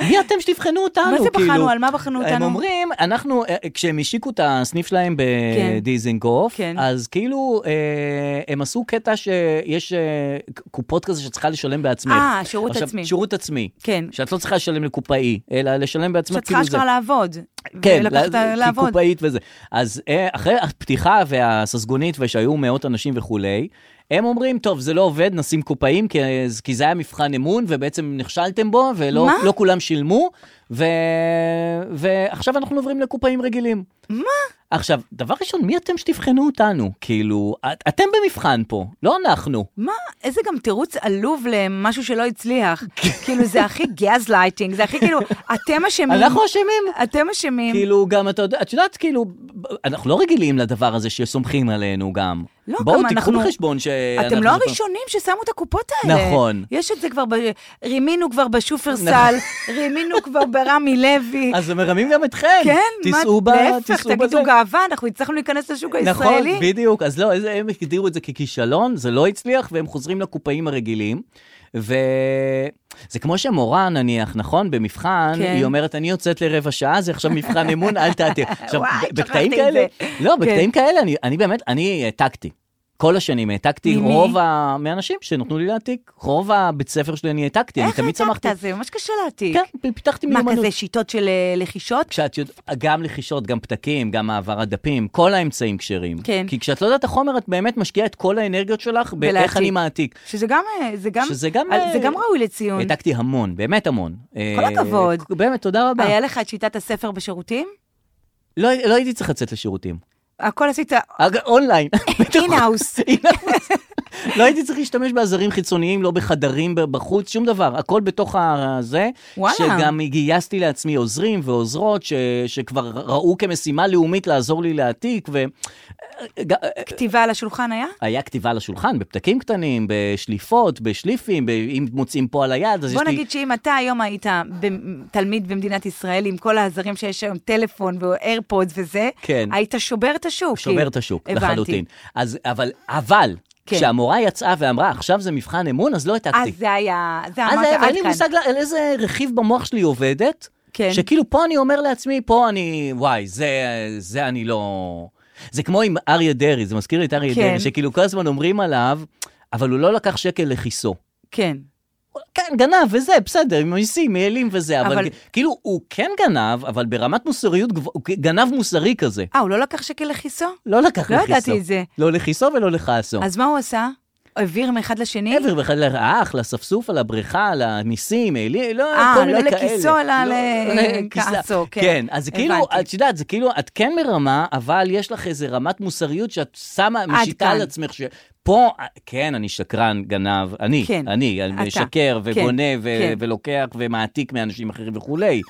מי אתם שתבחנו אותנו? מה זה כאילו, בחנו? על מה בחנו אותנו? הם אומרים, אנחנו, אה, כשהם השיקו את הסניף שלהם כן. בדיזינגוף, כן. אז כאילו, אה, הם עשו קטע שיש אה, קופות כזה שצריכה לשלם בעצמך. אה, שירות עכשיו, עצמי. שירות עצמי. כן. שאת לא צריכה לשלם לקופאי, אלא לשלם בעצמך. שאת צריכה כאילו זה- אשכרה לעבוד. כן, ולקחת לה- כי לעבוד. קופאית וזה. אז אה, אחרי הפתיחה והססגונית, ושהיו מאות אנשים וכולי, הם אומרים, טוב, זה לא עובד, נשים קופאים, כי, כי זה היה מבחן אמון, ובעצם נכשלתם בו, ולא מה? לא כולם שילמו, ו, ועכשיו אנחנו עוברים לקופאים רגילים. מה? עכשיו, דבר ראשון, מי אתם שתבחנו אותנו? כאילו, את, אתם במבחן פה, לא אנחנו. מה, איזה גם תירוץ עלוב למשהו שלא הצליח. כאילו, זה הכי גז לייטינג, זה הכי כאילו, אתם אשמים. אנחנו אשמים. אתם אשמים. כאילו, גם אתה יודע, את יודעת, כאילו, אנחנו לא רגילים לדבר הזה שסומכים עלינו גם. לא, בואו, גם תיקחו אנחנו- בחשבון ש... אתם לא הראשונים ששמו את הקופות האלה. נכון. יש את זה כבר, ב... רימינו כבר בשופרסל, רימינו כבר ברמי לוי. נכון. אז הם מרמים גם אתכם. כן, מה, תיסעו ב... להפך, תיסעו תגידו בזה. גאווה, אנחנו הצלחנו להיכנס לשוק הישראלי. נכון, בדיוק. אז לא, איזה- הם הגדירו את זה ככישלון, זה לא הצליח, והם חוזרים לקופאים הרגילים. וזה כמו שמורה, נניח, נכון? במבחן, כן. היא אומרת, אני יוצאת לרבע שעה, זה עכשיו מבחן אמון, אל תעתיר. (laughs) עכשיו, וואי, ב- שכחתי בקטעים את כאלה, זה. לא, כן. בקטעים כאלה, אני- אני באמת, אני העתקתי. כל השנים העתקתי, ממי? רוב ה... מהאנשים שנתנו לי להעתיק, רוב הבית ספר שלי אני העתקתי, אני איך תמיד שמחתי. העתקת? זה ממש קשה להעתיק. כן, פיתחתי מה, מיומנות. כזה שיטות של אה, לחישות? כשאת יודעת, גם לחישות, גם פתקים, גם העברת דפים, כל האמצעים כשרים. כן. כי כשאת לא יודעת את החומר, את באמת משקיעה את כל האנרגיות שלך באיך בלהעתיק. אני מעתיק. שזה גם, אה, זה גם, שזה גם, אה, זה אה, גם ראוי לציון. העתקתי המון, באמת המון. כל אה, הכבוד. באמת, תודה רבה. היה לך את שיטת הספר בשירותים? לא לא הייתי צריך לצאת לשירותים. הכל עשית אג- אונליין. (laughs) אין-האוס. הנה. לא הייתי צריך להשתמש בעזרים חיצוניים, לא בחדרים ב- בחוץ, שום דבר. הכל בתוך הזה. וואלה. שגם גייסתי לעצמי עוזרים ועוזרות, ש- שכבר ראו כמשימה לאומית לעזור לי להעתיק, ו... אה, כתיבה על השולחן היה? היה כתיבה על השולחן, בפתקים קטנים, בשליפות, בשליפים, ב... אם מוצאים פה על היד, אז יש בוא לי... נגיד שאם אתה היום היית ב- תלמיד במדינת ישראל, עם כל העזרים שיש היום, טלפון ואיירפודס וזה, כן. היית שובר את השוק. שובר כאילו. את השוק, הבנתי. לחלוטין. אז, אבל, אבל, כן. כשהמורה יצאה ואמרה, עכשיו זה מבחן אמון, אז לא אז העתקתי. זה היה, זה אז אמרת היה- עד אין לי כאן. מושג לא- על איזה רכיב במוח שלי עובדת, כן. שכאילו פה אני אומר לעצמי, פה אני, וואי, זה, זה אני לא... זה כמו עם אריה דרעי, זה מזכיר לי את אריה כן. דרעי, שכאילו כל הזמן אומרים עליו, אבל הוא לא לקח שקל לכיסו. כן. כן, גנב וזה, בסדר, עם מיסים, מעלים וזה, אבל, אבל אבל- כאילו, הוא כן גנב, אבל ברמת מוסריות גבוהה, הוא גנב מוסרי כזה. אה, הוא לא לקח שקל לכיסו? לא לקח לא לכיסו. ידעתי את זה. לא לכיסו ולא לכעסו. אז... אז מה הוא עשה? העביר מאחד לשני? עבר בכלל לאח, לספסוף, על הבריכה, לניסים, העלים, לא, אה, כל מיני לא כאלה. לא, לכיסו, אלא לכיסה. לכעסו, כן. כן, אז כאילו, הבנתי. את יודעת, זה כאילו, את כן מרמה, אבל יש לך איזה רמת מוסריות שאת שמה, משיתה כאן. על עצמך, שפה, כן, אני שקרן, גנב, אני, כן, אני, אני אתה. משקר ובונה כן, ו- כן. ולוקח ומעתיק מאנשים אחרים וכולי.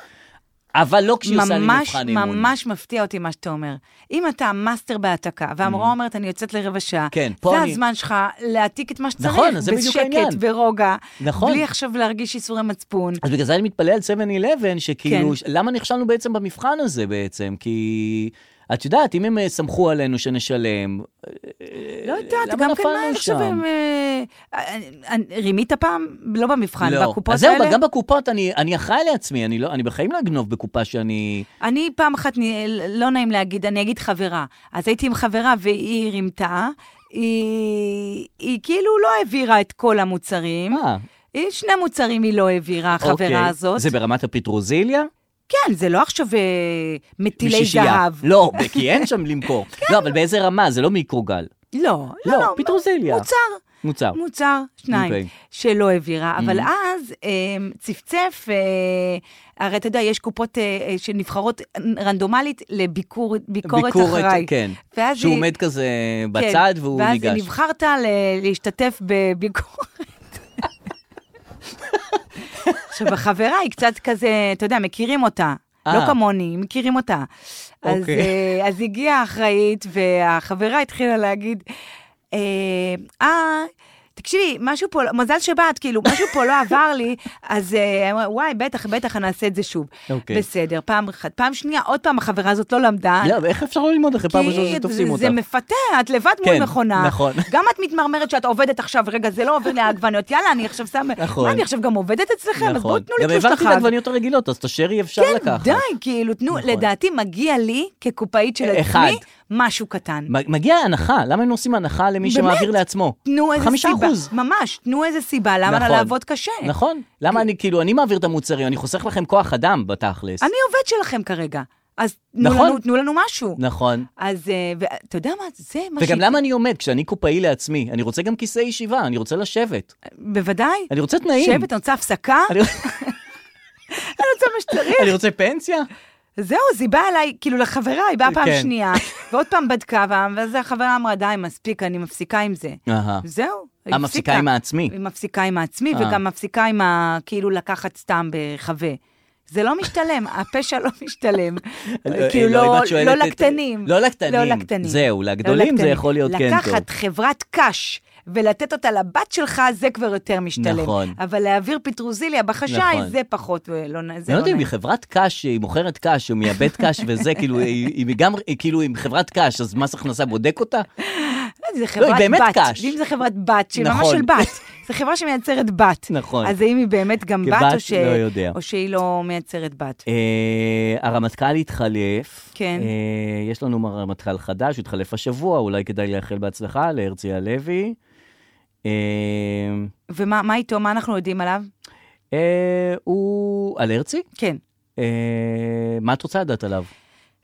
אבל לא כשהיא עושה לי ממש, מבחן אמון. ממש מפתיע אותי מה שאתה אומר. אם אתה המאסטר בהעתקה, והמורה אומרת, אני יוצאת לרבע שעה, Mm. כן, פה זה אני- הזמן שלך להעתיק את מה שצריך. נכון, אז זה בדיוק העניין. בשקט, ברוגע, נכון. בלי עכשיו להרגיש איסורי מצפון. אז בגלל זה אני מתפלא על 7-11, שכאילו, כן. ש- למה נכשלנו בעצם במבחן הזה בעצם? כי... את יודעת, אם הם אה, סמכו עלינו שנשלם, אה, לא יודעת, למה גם כן, מה נפלנו עכשיו שם? הם... אה, אה, אה, רימית פעם? לא במבחן, לא. בקופות אז זהו, האלה? גם בקופות אני, אני אחראי לעצמי, אני, לא, אני בחיים לא אגנוב בקופה שאני... אני פעם אחת, נ- לא נעים להגיד, אני אגיד חברה. אז הייתי עם חברה והיא רימתה, היא, היא כאילו לא העבירה את כל המוצרים. אה, היא- שני מוצרים היא לא העבירה, החברה אוקיי. הזאת. זה ברמת הפטרוזיליה? כן, זה לא עכשיו אה, מטילי משישייה. זהב. לא, כי אין שם (laughs) למכור. לא, אבל באיזה רמה? זה לא מיקרוגל. לא, לא, לא, לא. פטרוזיליה. מוצר, מוצר. מוצר, שניים, אוקיי. שלא העבירה. אבל אז אה, צפצף, אה, הרי אתה יודע, יש קופות אה, אה, שנבחרות רנדומלית לביקורת ביקורת אחראי. כן. ואז שהוא היא- עומד כזה כן, בצד והוא ואז ניגש. ואז נבחרת ל- להשתתף בביקורת. עכשיו, החברה היא קצת כזה, אתה יודע, מכירים אותה. לא אה. כמוני, מכירים אותה. אז, אוקיי. אה, אז הגיעה האחראית, והחברה התחילה להגיד, אה, אה, תקשיבי, משהו פה, לא- מזל שבאת, כאילו, משהו פה לא עבר לי, אז אה, אמרה, וואי, בטח, בטח, אני אעשה את זה שוב. אוקיי. בסדר, פעם אחת. פעם שנייה, עוד פעם החברה הזאת לא למדה. לא, אבל איך אפשר לא ללמוד אחרי פעם כי ראשונה שתופסים זה- אותך? זה מפתה, את לבד כן, מול מכונה. נכון. (laughs) גם את מתמרמרת שאת עובדת עכשיו, רגע, זה לא עובר לי העגבניות, יאללה, אני עכשיו שם... נכון. מה, אני עכשיו גם עובדת אצלכם? אז בואו תנו לי גם תלוש הבנתי את לחג. העגבניות הרגילות, אז את השרי אפשר לקחת. די, כאילו, תנו, נכון. לדעתי מגיע לי, כקופאית של אחד. עצמי, משהו קטן. מ- מגיע הנחה, למה הם עושים הנחה למי באמת? שמעביר לעצמו? תנו איזה חמישה סיבה, אחוז. ממש, תנו איזה סיבה, למה לה נכון. לעבוד קשה? נכון. למה אני, כאילו, אני מעביר את המוצרים, אני חוסך לכם כוח אדם בתכלס. אני עובד שלכם כרגע, אז תנו נכון. לנו- תנו לנו משהו. נכון. אז אה, ואתה יודע מה, זה מה וגם שהיא- למה אני עומד כשאני קופאי לעצמי? אני רוצה גם כיסא ישיבה, אני רוצה לשבת. בוודאי. אני לא רוצה תנאים. לא- שבט, אני רוצה הפסקה, אני- אני רוצה מה שצריך. אני רוצה פנסיה? זהו, אז היא באה אליי, כאילו לחברה, היא באה פעם כן. (laughs) שנייה, ועוד פעם בדקה, פעם, ואז החברה אמרה, די, מספיק, אני מפסיקה עם זה. אהה. זהו. היא אה, מפסיקה עם העצמי. היא מפסיקה עם העצמי, אה. וגם מפסיקה עם ה... כאילו לקחת סתם בחווה. זה לא משתלם, (laughs) הפשע לא משתלם. כאילו, אה, לא, אם את שואלת לא את- לקטנים. לא לקטנים. לא לקטנים. זהו, לא לגדולים זה לקטנים. יכול להיות כן טוב. לקחת חברת קש ולתת אותה לבת שלך, זה כבר יותר משתלם. נכון. אבל להעביר פטרוזיליה בחשאי, נכון. זה פחות, אה, לא, נ- זה אני לא יודע אם נעים. היא חברת קש, היא מוכרת קש, היא (laughs) מייבאת קש וזה, כאילו, היא היא גם, היא כאילו, עם חברת קש, אז מס הכנסה בודק אותה? זה חברת היא באמת בת. קש. ואם זה חברת בת, שהיא ממש נכון. של בת. זו חברה שמייצרת בת. נכון. אז האם היא באמת גם בת, כבת, או, ש... לא יודע. או שהיא לא מייצרת בת? אה, הרמטכ"ל התחלף. כן. אה, יש לנו רמטכ"ל חדש, הוא התחלף השבוע, אולי כדאי לאחל בהצלחה להרצי הלוי. אה, ומה מה איתו? מה אנחנו יודעים עליו? אה, הוא... על הרצי? כן. אה, מה את רוצה לדעת עליו?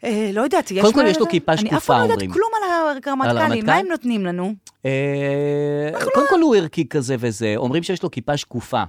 אה, לא יודעת, יש... קודם כל מה יש לו לדעת? כיפה אני אף פעם שקופה, לא יודעת אומרים. כלום על על הרמטכ"לים, הרמטכ"ל? מה הם נותנים לנו? אה, לא- קודם כל הוא ערכי כזה וזה, אומרים שיש לו כיפה שקופה.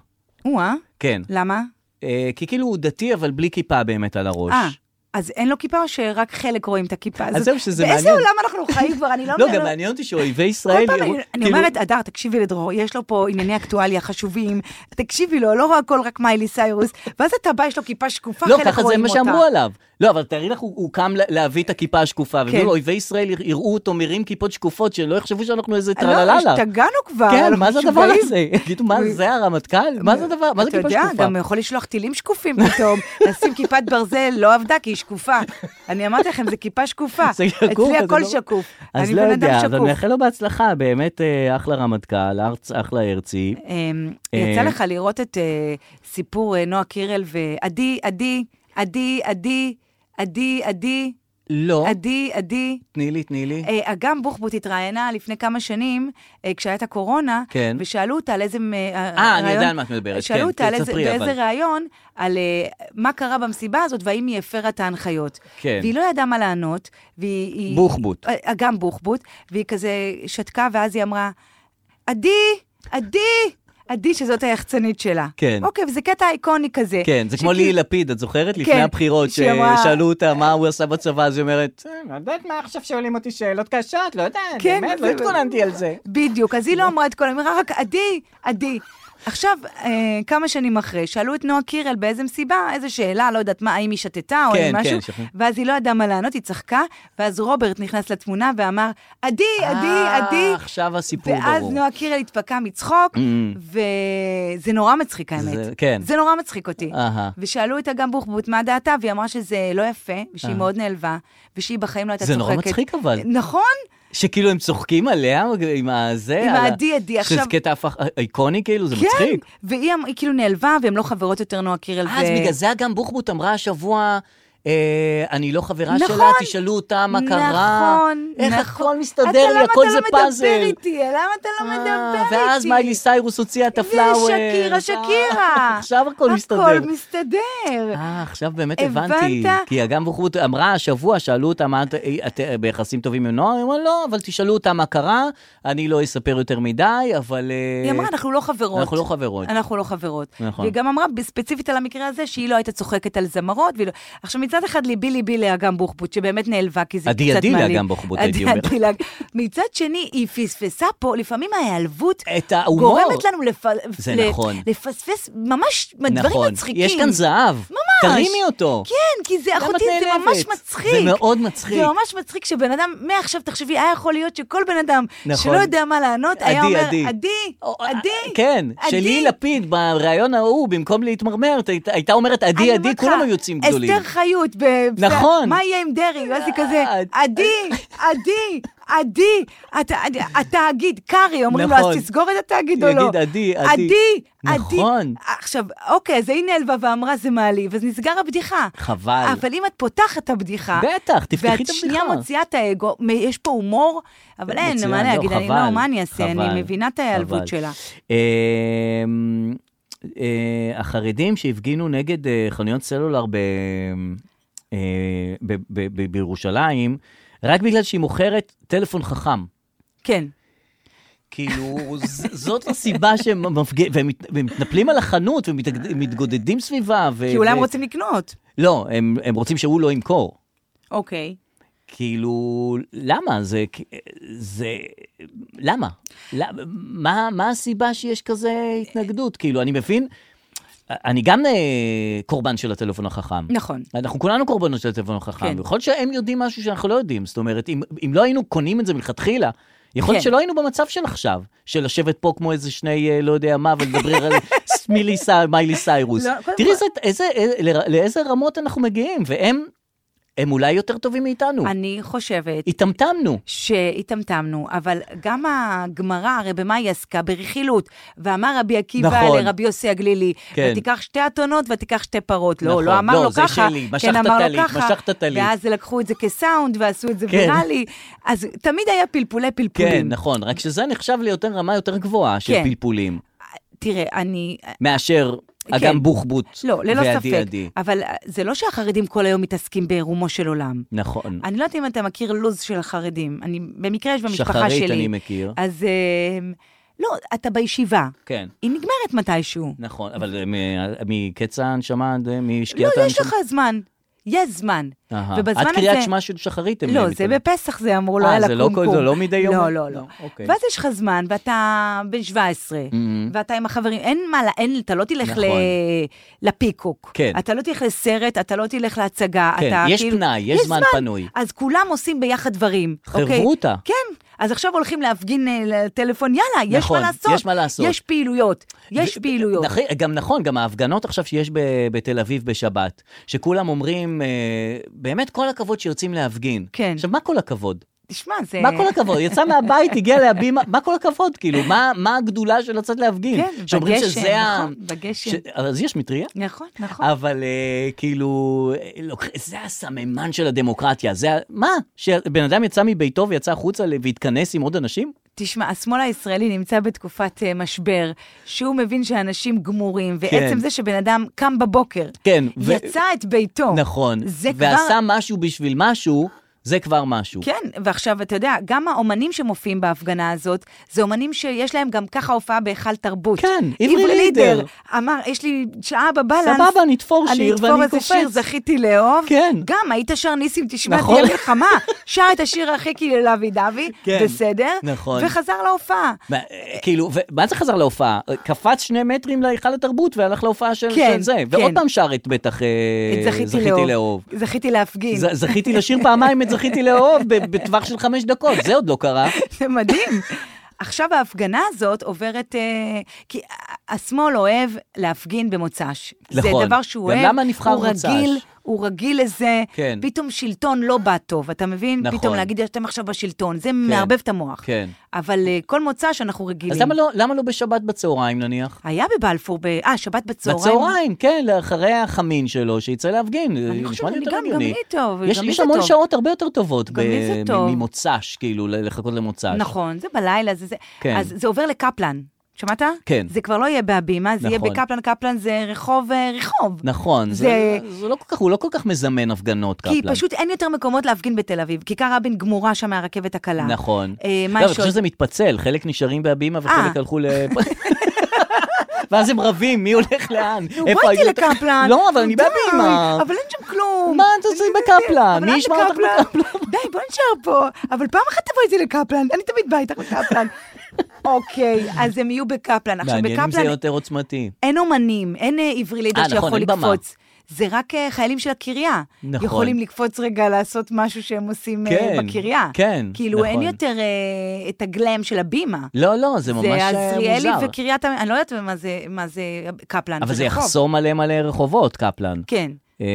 או-אה, כן. למה? אה, כי כאילו הוא דתי, אבל בלי כיפה באמת על הראש. אה, אז אין לו כיפה או שרק חלק רואים את הכיפה? אז זהו שזה באיזה מעניין. עולם אנחנו חיים כבר? אני (laughs) לא לא, מבינה. גם מעניין אותי שאויבי כל ישראל... פעם יראו- אני- אני כאילו- אומרת, הדר, תקשיבי לדרור, יש לו פה ענייני אקטואליה חשובים, תקשיבי לו, לא הכל רק מיילי סיירוס, ואז אתה בא, יש לו כיפה שקופה, לא, חלק ככה זה רואים מה אותה. שאמרו עליו. לא, אבל תארי לך, הוא, הוא קם לה- להביא את הכיפה השקופה, כן. ובדיוק אויבי ישראל יר- יראו אותו מרים כיפות שקופות, שלא יחשבו שאנחנו איזה לא, טרללה. השתגענו כבר. כן, אנחנו מה זה הדבר משוגעים. הזה? (laughs) יגידו, מה זה הרמטכ"ל? מה זה הדבר? מה זה כיפה אתה יודע, שקופה? גם הוא יכול לשלוח טילים שקופים פתאום. לשים כיפת ברזל, לא עבדה כי היא שקופה. אני אמרתי לכם, זו כיפה שקופה. (laughs) זה שקוף, אצלי אז הכל לא- שקוף. אז אני לא בן אדם יודע, אבל שקוף. נאחל לו בהצלחה, באמת אה, אחלה רמטכ"ל, ארץ- אחלה הרצי. אמ, אה, יצא לך לראות את אה, סיפור אה, נועה קירל ועדי, עדי, עדי, עדי, עדי, עדי, לא, עדי, עדי. תני לי, תני לי. אה, אגם בוחבוט התראיינה לפני כמה שנים, אה, כשהיה את הקורונה, כן. ושאלו אותה על איזה... אה, אני יודע על מה את מדברת, שאלו כן, אותה על איזה- תספרי, אבל. באיזה ראיון, על אה, מה קרה במסיבה הזאת, והאם היא הפרה את ההנחיות. כן. והיא לא ידעה מה לענות, והיא... היא- בוחבוט. אה, אגם בוחבוט, והיא כזה שתקה, ואז היא אמרה, עדי, עדי, עדי, שזאת היחצנית שלה. כן. אוקיי, וזה קטע איקוני כזה. (laughs) כן, זה כמו שכאילו- ליהי לפיד, את זוכרת? כן, לפני הבחירות, שהיא אמרה- ששאלו אותה מה הוא עשה בצבא, אז היא אומרת, "אה, לא יודעת מה עכשיו שואלים אותי שאלות קשות, לא יודעת, כן, באמת, לא זה- התכוננתי על זה. בדיוק, אז היא לא אמרה את כל האמירה, רק עדי, עדי. עכשיו, אה, כמה שנים אחרי, שאלו את נועה קירל באיזה מסיבה, איזה שאלה, לא יודעת מה, האם היא שתתה או כן, משהו, כן, שכן. ואז היא לא ידעה מה לענות, היא צחקה, ואז רוברט נכנס לתמונה ואמר, עדי, עדי, עדי. אה, עכשיו הסיפור ואז ברור. Mm. נועה קירל התפקעה מצחוק, וזה נורא מצחיק האמת. זה- כן. זה נורא מצחיק אותי. אהה. ושאלו אותה גם בוחבוט מה דעתה, והיא אמרה שזה לא יפה, ושהיא מאוד נעלבה, ושהיא בחיים לא הייתה זה צוחקת. נורא מצחיק, אבל. נכון? שכאילו הם צוחקים עליה, עם הזה, עם על ה- העדי, עדי, עכשיו- שזה קטע הפך איקוני כאילו, זה כן, מצחיק. אה, והיא אמ- היא כאילו נעלבה, והן לא חברות יותר, נועה קירל. אז ו- בגלל זה גם בוחבוט אמרה השבוע, אה, אני לא חברה נכון. שלה, תשאלו אותה מה קרה. נכון, איך נכון. הכל מסתדר אתה לי, למה הכל אתה זה לא מדבר פאזל. אה, איתי? למה אתה לא מדבר איתי? ואז מיילי סיירוס הוציאה את הפלאוור. ושקירה, שקירה. (laughs) עכשיו הכל מסתדר. הכל מסתדר. אה, עכשיו באמת הבנת? הבנתי. כי אגם בוחבוט אמרה השבוע, שאלו אותה מה את, את ביחסים טובים עם נועה, היא אמרה לא, אבל תשאלו אותה מה קרה, אני לא אספר יותר מדי, אבל... אה, היא אמרה, אנחנו לא חברות. אנחנו לא חברות. אנחנו לא חברות. נכון. והיא גם אמרה ספציפית על המקרה הזה, שהיא לא הייתה צוחקת על זמרות. והיא לא- עכשיו, מצד אחד, ליבי ליבי לאגם בוחבוט, שבאמת נעלבה, כי זה קצת עדי מעליב. עדי לאגם בוחבוט, הייתי עדי אומר. עדי לאג- מצד שני, היא פספסה פה, לפעמים ההיעלבות את ההומור. גורמת לנו לפ- זה ל- נכון. לפספס ממש דברים נכון. לא מצחיקים. יש כאן זהב. ממש. תרימי אותו. כן, כי זה, למה את אחותי, זה נעלבת? ממש מצחיק. זה מאוד מצחיק. זה ממש מצחיק שבן אדם, מעכשיו תחשבי, היה יכול להיות שכל בן אדם נכון. שלא יודע מה לענות, היה עדי, אומר, עדי. עדי, או, אה, עדי, כן, עדי. שלי לפיד בריאיון ההוא, במקום להתמרמר, היית- הייתה אומרת אני עדי אומרת עדי, לך, כולם היו יוצאים גדולים. אסתר חיות, ב... נכון. מה יהיה עם דרעי? ואז היא כזה, אה, עדי, עדי, עדי, אתה- עדי, התאגיד, קרעי, אומרים לו, נכון. אז תסגור את התאגיד או יגיד, לא? "עדי, עדי". עדי, עדי. נכון. עכשיו, אוקיי, אז היא נעלבה ואמרה, זה מעליב, אז נסגר הבדיחה. חבל. אבל אם את פותחת את הבדיחה... בטח, תפתחי את ואת שנייה הבדיחה. מוציאה את האגו, מ- יש פה הומור, אבל אין, מצוין, מה לא, להגיד, אני חבל, לא, מה אני אעשה, חבל, אני מבינה את ההיעלבות חבל. שלה. אמ, אה, החרדים שהפגינו נגד אה, חנויות סלולר ב- אה, ב- ב- ב- בירושלים, רק בגלל שהיא מוכרת טלפון חכם. כן. כאילו, ז- זאת הסיבה שהם מפג... והם מת- והם מתנפלים על החנות ומתגודדים סביבה. ו... כי אולי הם אה, ו- רוצים לקנות. לא, הם, הם רוצים שהוא לא ימכור. אוקיי. כאילו, למה? זה... זה... למה? למה מה, מה הסיבה שיש כזה התנגדות? כאילו, אני מבין, אני גם אה, קורבן של הטלפון החכם. נכון. אנחנו כולנו קורבנות של הטלפון החכם. כן. כן. יכול להיות שהם יודעים משהו שאנחנו לא יודעים. זאת אומרת, אם, אם לא היינו קונים את זה מלכתחילה, יכול להיות כן. שלא היינו במצב של עכשיו, של לשבת פה כמו איזה שני, אה, לא יודע מה, ולדבר על (laughs) מילי, סי- מיילי סיירוס. לא, קודם תראי כל- איזה, איזה, אה, לר- לאיזה רמות אנחנו מגיעים, והם הם אולי יותר טובים מאיתנו. אני חושבת התמתמנו. שהתמתמנו, אבל גם הגמרא, הרי במה היא עסקה? ברכילות. ואמר רבי עקיבא נכון. לרבי יוסי הגלילי, כן. ותיקח שתי אתונות ותיקח שתי פרות. לא, נכון. לא אמר לא, לו זה ככה. שלי, משכת כן, אמר טלית, לו ככה. משכת טלית. ואז לקחו את זה כסאונד ועשו את זה כן. ויראלי. אז תמיד היה פלפולי פלפולים. כן, נכון, רק שזה נחשב ליותר רמה יותר גבוהה של כן. פלפולים, תראה, אני... מאשר אגם בוחבוט כן. לא, ללא ועדי ספק. עדי. אבל אה, זה לא שהחרדים כל היום מתעסקים בעירומו של עולם. נכון. אני לא יודעת אם אתה מכיר לו"ז של החרדים. אני, במקרה יש במשפחה שלי. שחרית אני מכיר. אז אה, לא, אתה בישיבה. כן. היא נגמרת מתישהו. נכון, אבל אה, מ- מקץ ההנשמה עד אה, לא, משקיעת יש ההנשמה. לך זמן. יש זמן. אהה. ובזמן עד הזה... קריאת שמע של שחרית הם לא, אה, זה מתכוונים. בפסח זה אמור, לא אה, היה זה לא כל- לקומקום. זה לא מדי יום? לא, לא, לא. לא, אוקיי. Mm-hmm. ואז יש לך זמן, ואתה בן 17, ואתה עם החברים, אין מה, לה- אין, אתה לא תלך נכון. ל- לפיקוק. כן. אתה לא תלך לסרט, אתה לא תלך להצגה. כן, אתה יש כאילו- פנאי, יש זמן פנוי. אז כולם עושים ביחד דברים. אוקיי? חברותא. כן. אז עכשיו הולכים להפגין אה, לטלפון, יאללה, יש נכון, מה לעשות. יש מה לעשות. יש פעילויות, יש ו- פעילויות. נכ- גם נכון, גם ההפגנות עכשיו שיש ב- בתל אביב בשבת, שכולם אומרים, אה, באמת כל הכבוד שיוצאים להפגין. כן. עכשיו, מה כל הכבוד? תשמע, זה... מה כל הכבוד? יצא מהבית, הגיע להבימה, מה כל הכבוד? כאילו, מה, מה הגדולה של לצאת להפגין? כן, שאומרים בגשם, שזה ה- נכון, בגשם. אז יש מטריה? נכון, נכון. אבל אה, כאילו, אה, לוק- זה הסממן של הדמוקרטיה, זה ה... מה? שבן אדם יצא מביתו ויצא החוצה ל- והתכנס עם עוד אנשים? תשמע, השמאל הישראלי נמצא בתקופת אה, משבר, שהוא מבין שאנשים גמורים, ועצם כן. זה שבן אדם קם בבוקר, כן, ו- יצא את ביתו. נכון. זה כבר... ועשה משהו בשביל משהו, זה כבר משהו. כן, ועכשיו, אתה יודע, גם האומנים שמופיעים בהפגנה הזאת, זה אומנים שיש להם גם ככה הופעה בהיכל תרבות. כן, עברי לידר. אמר, יש לי שעה בבלנס. סבבה, נתפור אני שיר אתפור ואני איזה שיר, קופץ. זכיתי לאהוב. כן. גם, היית שר ניסים, תשמע, נכון. תהיה מלחמה. שר את השיר הכי כאילו לוי דווי, כן, בסדר. נכון. וחזר להופעה. מה, אה, כאילו, ו- מה זה חזר להופעה? אה, קפץ שני מטרים להיכל התרבות והלך להופעה של, כן, של זה. כן. ועוד פעם שר את בטח אה, את זכיתי לאהוב. זכיתי להפגין. ז- זכיתי לשיר פעמיים את זכיתי לאהוב ב- בטווח של חמש דקות, זה עוד לא קרה. זה מדהים. עכשיו ההפגנה הזאת עוברת, אה, כי השמאל אוהב להפגין במוצ"ש. נכון. זה דבר שהוא גם אוהב. למה נבחר הוא מוצ"ש? רגיל, הוא רגיל לזה. כן. פתאום שלטון לא בא טוב, אתה מבין? נכון. פתאום להגיד, אתם עכשיו בשלטון, זה מערבב את המוח. כן. אבל אה, כל מוצ"ש אנחנו רגילים. אז למה לא, למה לא בשבת בצהריים נניח? היה בבלפור, ב- אה, שבת בצהריים. בצהריים, כן, אחרי החמין שלו, שיצא להפגין. זה חושבת, נשמע לי אני יותר גם- גם הגיוני. לי טוב, יש, גם לי יש זה המון טוב. שעות הרבה יותר טובות גם לי זה ב- טוב. ממוצ"ש, כאילו, ל- לחכות למוצ"ש. נכון, זה בלילה, זה זה. כן. אז זה עובר לקפלן, שמעת? כן. זה כבר לא יהיה בהבימה, זה יהיה נכון. בקפלן, קפלן זה רחוב, אה, רחוב. נכון, זה... זה- זה, לא כל כך, הוא לא כל כך מזמן הפגנות, כי קפלן. פשוט אין יותר מקומות להפגין בתל אביב. כיכר רבין גמורה שם מהרכבת הקלה. נכון. אה, מה לא, אני יש חושב עוד? שזה מתפצל, חלק נשארים בהבימה וחלק אה. הלכו ל... (laughs) ואז הם רבים, מי הולך לאן? איפה בוא איתי היו- לקפלן. לא, אבל אני די, בהבימה. אבל אין שם כלום. מה את עושה בקפלן? אבל מי את ישמע אותך בקפלן? די, בוא נשאר פה. אבל פעם אחת תבוא איתי לקפלן, אני תמיד באה איתך (laughs) לקפלן. אוקיי, אז הם יהיו בקפלן. עכשיו, מעניין אם זה בקפלן יותר עוצמתי. אין אומנים, אין אה, עברי לידר אה, נכון, שיכול אין במה. לקפוץ. זה רק אה, חיילים של הקריה. נכון. יכולים לקפוץ רגע לעשות משהו שהם עושים אה, כן, בקריה. כן, כאילו, אין נכון. יותר אה, את הגלם של הבימה. לא, לא, זה ממש אה, זה עזריאלי מוזר. וקריית, המ- אני לא יודעת מה זה, מה זה קפלן. אבל זה רחוב. יחסום מלא מלא רחובות, קפלן. כן, אה,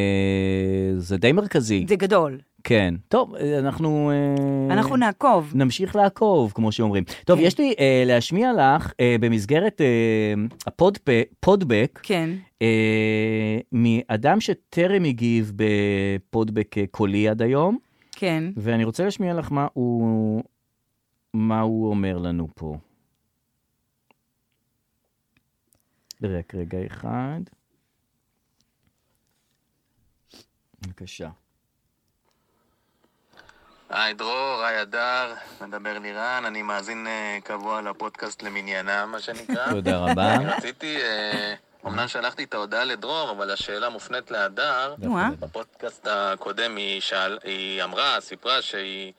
זה די מרכזי, זה גדול. כן. טוב, אה, אנחנו... אה, אנחנו נעקוב. נמשיך לעקוב, כמו שאומרים. טוב, כן. יש לי אה, להשמיע לך אה, במסגרת אה, הפודבק, כן. אה, מאדם שטרם הגיב בפודבק אה, קולי עד היום, כן, ואני רוצה להשמיע לך מה הוא, מה הוא אומר לנו פה. רק רגע אחד. בבקשה. היי דרור, היי הדר, מדבר לירן, אני מאזין אה, קבוע לפודקאסט למניינם, מה שנקרא. תודה רבה. רציתי אה, אמנם שלחתי את ההודעה לדרור, אבל השאלה מופנית להדר. נו, אה? בפודקאסט הקודם היא, שאל, היא אמרה, סיפרה שהיא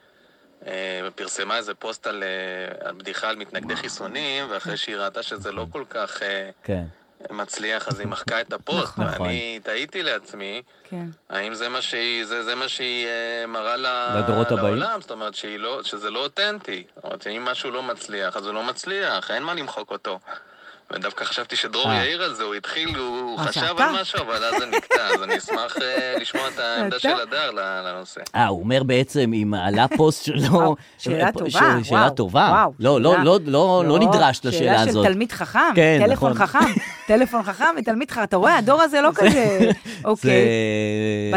אה, פרסמה איזה פוסט על, אה, על בדיחה על מתנגדי חיסונים, ואחרי שהיא ראתה שזה לא כל כך אה, כן. מצליח, אז היא מחקה את הפוסט. נכון. ואני תהיתי לעצמי, כן. האם זה מה שהיא, זה, זה מה שהיא אה, מראה ל... לדורות הבאים? לעולם? זאת אומרת שהיא לא, שזה לא אותנטי. זאת אומרת, אם משהו לא מצליח, אז הוא לא מצליח, אין מה למחוק אותו. ודווקא חשבתי שדרור אה. יעיר על זה, הוא התחיל, הוא אה, זה חשב אתה? על משהו, אבל אז זה נקטע, אז אני אשמח אה, לשמוע את העמדה אתה? של הדר ל- לנושא. אה, הוא אומר בעצם, אם עלה פוסט שלו... וואו, שאלה ש- טובה, ש- אה, שאלה וואו, טובה. וואו, לא, לא, שאלה. לא- לא לא נדרש לשאלה שאלה הזאת. של תלמיד חכם, כן, טלפון נכון. חכם, (laughs) טלפון חכם ותלמיד חכם. אתה רואה, הדור הזה לא כזה, אוקיי. זה-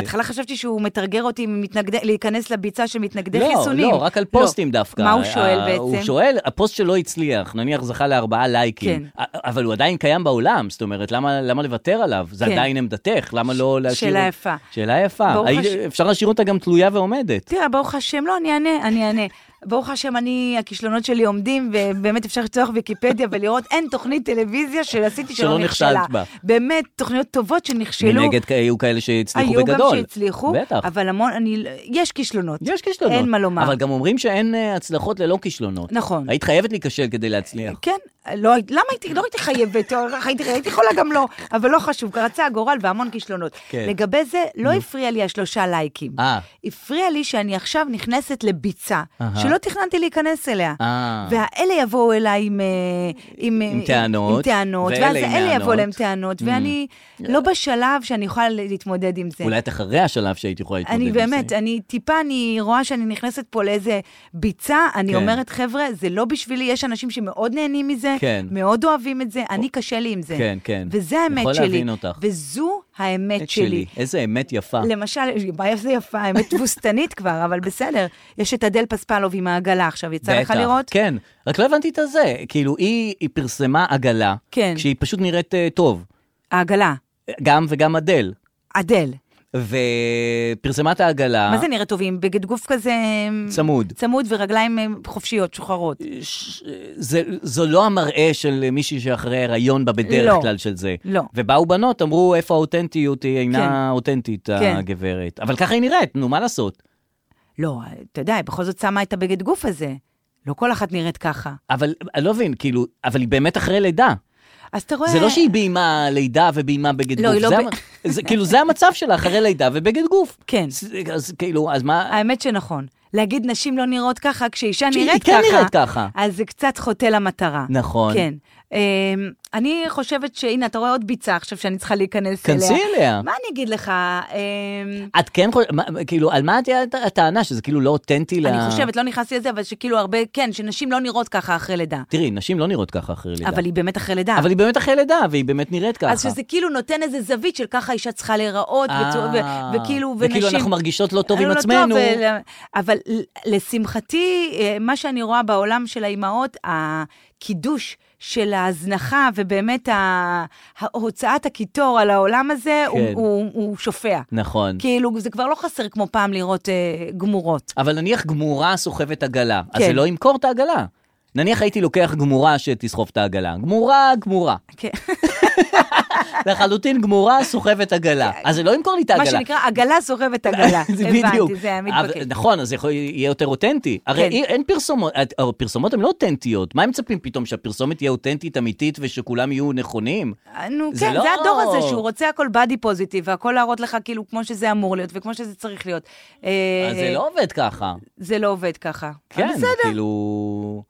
בהתחלה חשבתי שהוא מתרגר אותי מתנגד... להיכנס לביצה של מתנגדי לא, חיסונים. לא, רק על פוסטים דווקא. מה הוא שואל ה- הוא בעצם? שואל, הפוסט שלו הצליח, נניח זכה לארבעה לייקים, כן. א- אבל הוא עדיין קיים בעולם, זאת אומרת, למה למה לוותר עליו? זה כן. עדיין עמדתך, למה לא להשאיר... שאלה יפה. שאלה יפה. ברוך היית- הש- אפשר להשאיר אותה גם תלויה ועומדת. תראה, ברוך השם, לא, אני אענה, אני אענה. ברוך השם, אני, הכישלונות שלי עומדים, ובאמת אפשר לפתוח ויקיפדיה ולראות, אין תוכנית טלוויזיה שעשיתי שלא שלא נכשלה. נכשלת בה. באמת, תוכניות טובות שנכשלו. מנגד, כ- היו כאלה שהצליחו היו בגדול. גם שהצליחו, בטח. אבל המון, אני, יש כישלונות. יש כישלונות. אין מה לומר. אבל גם אומרים שאין אה, הצלחות ללא כישלונות. נכון. היית חייבת להיכשל כדי להצליח. כן, לא, הי- למה הייתי, לא הייתי חייבת, הייתי, הייתי יכולה גם לא, אבל לא חשוב, רצה הגורל והמון כישלונות. כן. לגבי זה, לא הפריע לי השלושה לייקים. אה. הפריע לי שאני עכשיו נכנסת לביצה, אהה. שלא תכננתי להיכנס אליה. אה. והאלה יבואו אליי עם, אה, עם, אה, טענות, עם טענות, ואלה ואז עם האלה יבואו טענות. Mm. להם טענות, ואני לא בשלב שאני יכולה להתמודד עם זה. אולי את אחרי השלב שהיית יכולה להתמודד כן. אני עם זה. באמת, אני טיפה, אני רואה שאני נכנסת פה לאיזה ביצה, אני כן. אומרת, חבר'ה, זה לא בשבילי, יש אנשים שמאוד נהנים מזה, כן. מאוד אוהבים את זה, אני קשה לי עם זה. כן, כן. וזה האמת יכול שלי. להבין אותך. וזו האמת את שלי. אה. שלי. איזה אמת יפה. למשל, בעיה זה יפה, האמת (laughs) תבוסתנית כבר, אבל בסדר. יש את אדל פספלוב עם העגלה עכשיו, יצא לך בטח, לראות? כן, רק לא הבנתי את הזה. כאילו, היא, היא פרסמה עגלה, כן. שהיא פשוט נראית אה, טוב, העגלה, גם וגם אדל, אדל. אה. ופרסמה את העגלה, מה זה נראה טוב? עם בגד גוף כזה... אמ, צמוד. צמוד ורגליים אה, חופשיות, שוחררות. ש- זה, זו לא המראה של מישהי שאחרי הריון בה בדרך לא. כלל של זה. לא. ובאו בנות, אמרו, איפה האותנטיות, היא אינה כן. אותנטית, כן. הגברת. אבל ככה היא נראית, נו, מה לעשות? לא, אתה יודע, היא בכל זאת שמה את הבגד גוף הזה. לא כל אחת נראית ככה. אבל, אני לא מבין, כאילו, אבל היא באמת אחרי לידה. אז אתה רואה... זה לא שהיא ביימה לידה וביימה בגד אה. לא, גוף. היא לא זה ב- המ- זה, כאילו, זה המצב שלה, אחרי לידה ובגד גוף. כן. אה. אז, אז כאילו, אז מה... האמת שנכון. להגיד נשים לא נראות ככה, כשאישה שהיא נראית ככה... כן נראית ככה. אז זה קצת חוטא למטרה. נכון. כן. אמ, אני חושבת שהנה, אתה רואה עוד ביצה עכשיו שאני צריכה להיכנס אליה. כנסי אליה. מה אני אגיד לך? אמ, את כן חושבת, כאילו, על מה תהיה הט- הטענה? שזה כאילו לא אותנטי ל... אני חושבת, לא נכנסתי לזה, אבל שכאילו הרבה, כן, שנשים לא נראות ככה אחרי לידה. תראי, נשים לא נראות ככה אחרי לידה. אבל היא באמת אחרי לידה. אבל היא באמת אחרי לידה, והיא באמת נראית ככה. אז שזה כאילו נותן איזה זווית של ככה אישה צריכה להיראות, בצורה- אה, ו- וכאילו, ונשים... וכאילו אנחנו מרגישות לא טוב עם לא עצמנו. ול- אבל ל- לשמחתי, אה, מה שאני רואה בעולם של האימהות, הקידוש של ההזנחה ובאמת ה- הוצאת הקיטור על העולם הזה, הוא- כן. הוא הוא שופע. נכון. כאילו, זה כבר לא חסר כמו פעם לראות אה, גמורות. אבל נניח גמורה סוחבת עגלה, אז כן. זה לא ימכור את העגלה. נניח הייתי לוקח גמורה שתסחוב את העגלה. גמורה, גמורה. כן. (laughs) לחלוטין גמורה סוחבת עגלה. אז זה לא ימכור לי את כן. מה העגלה. שנקרא, עגלה סוחבת עגלה. זה (laughs) בדיוק. הבנתי, זה היה אבל- מתבקש. נכון, אז זה יכול- יהיה יותר אותנטי. הרי כן. אי- אין פרסומות, הפרסומות הן לא אותנטיות. מה הם מצפים פתאום, שהפרסומת תהיה אותנטית, אמיתית, ושכולם יהיו נכונים? נו, זה כן, לא- זה הדור הזה שהוא רוצה הכל בדי פוזיטיב, והכל להראות לך כאילו כמו שזה אמור להיות וכמו שזה צריך להיות. אה, אז זה לא עובד ככה. זה לא עובד ככה. כן, בסדר, כאילו...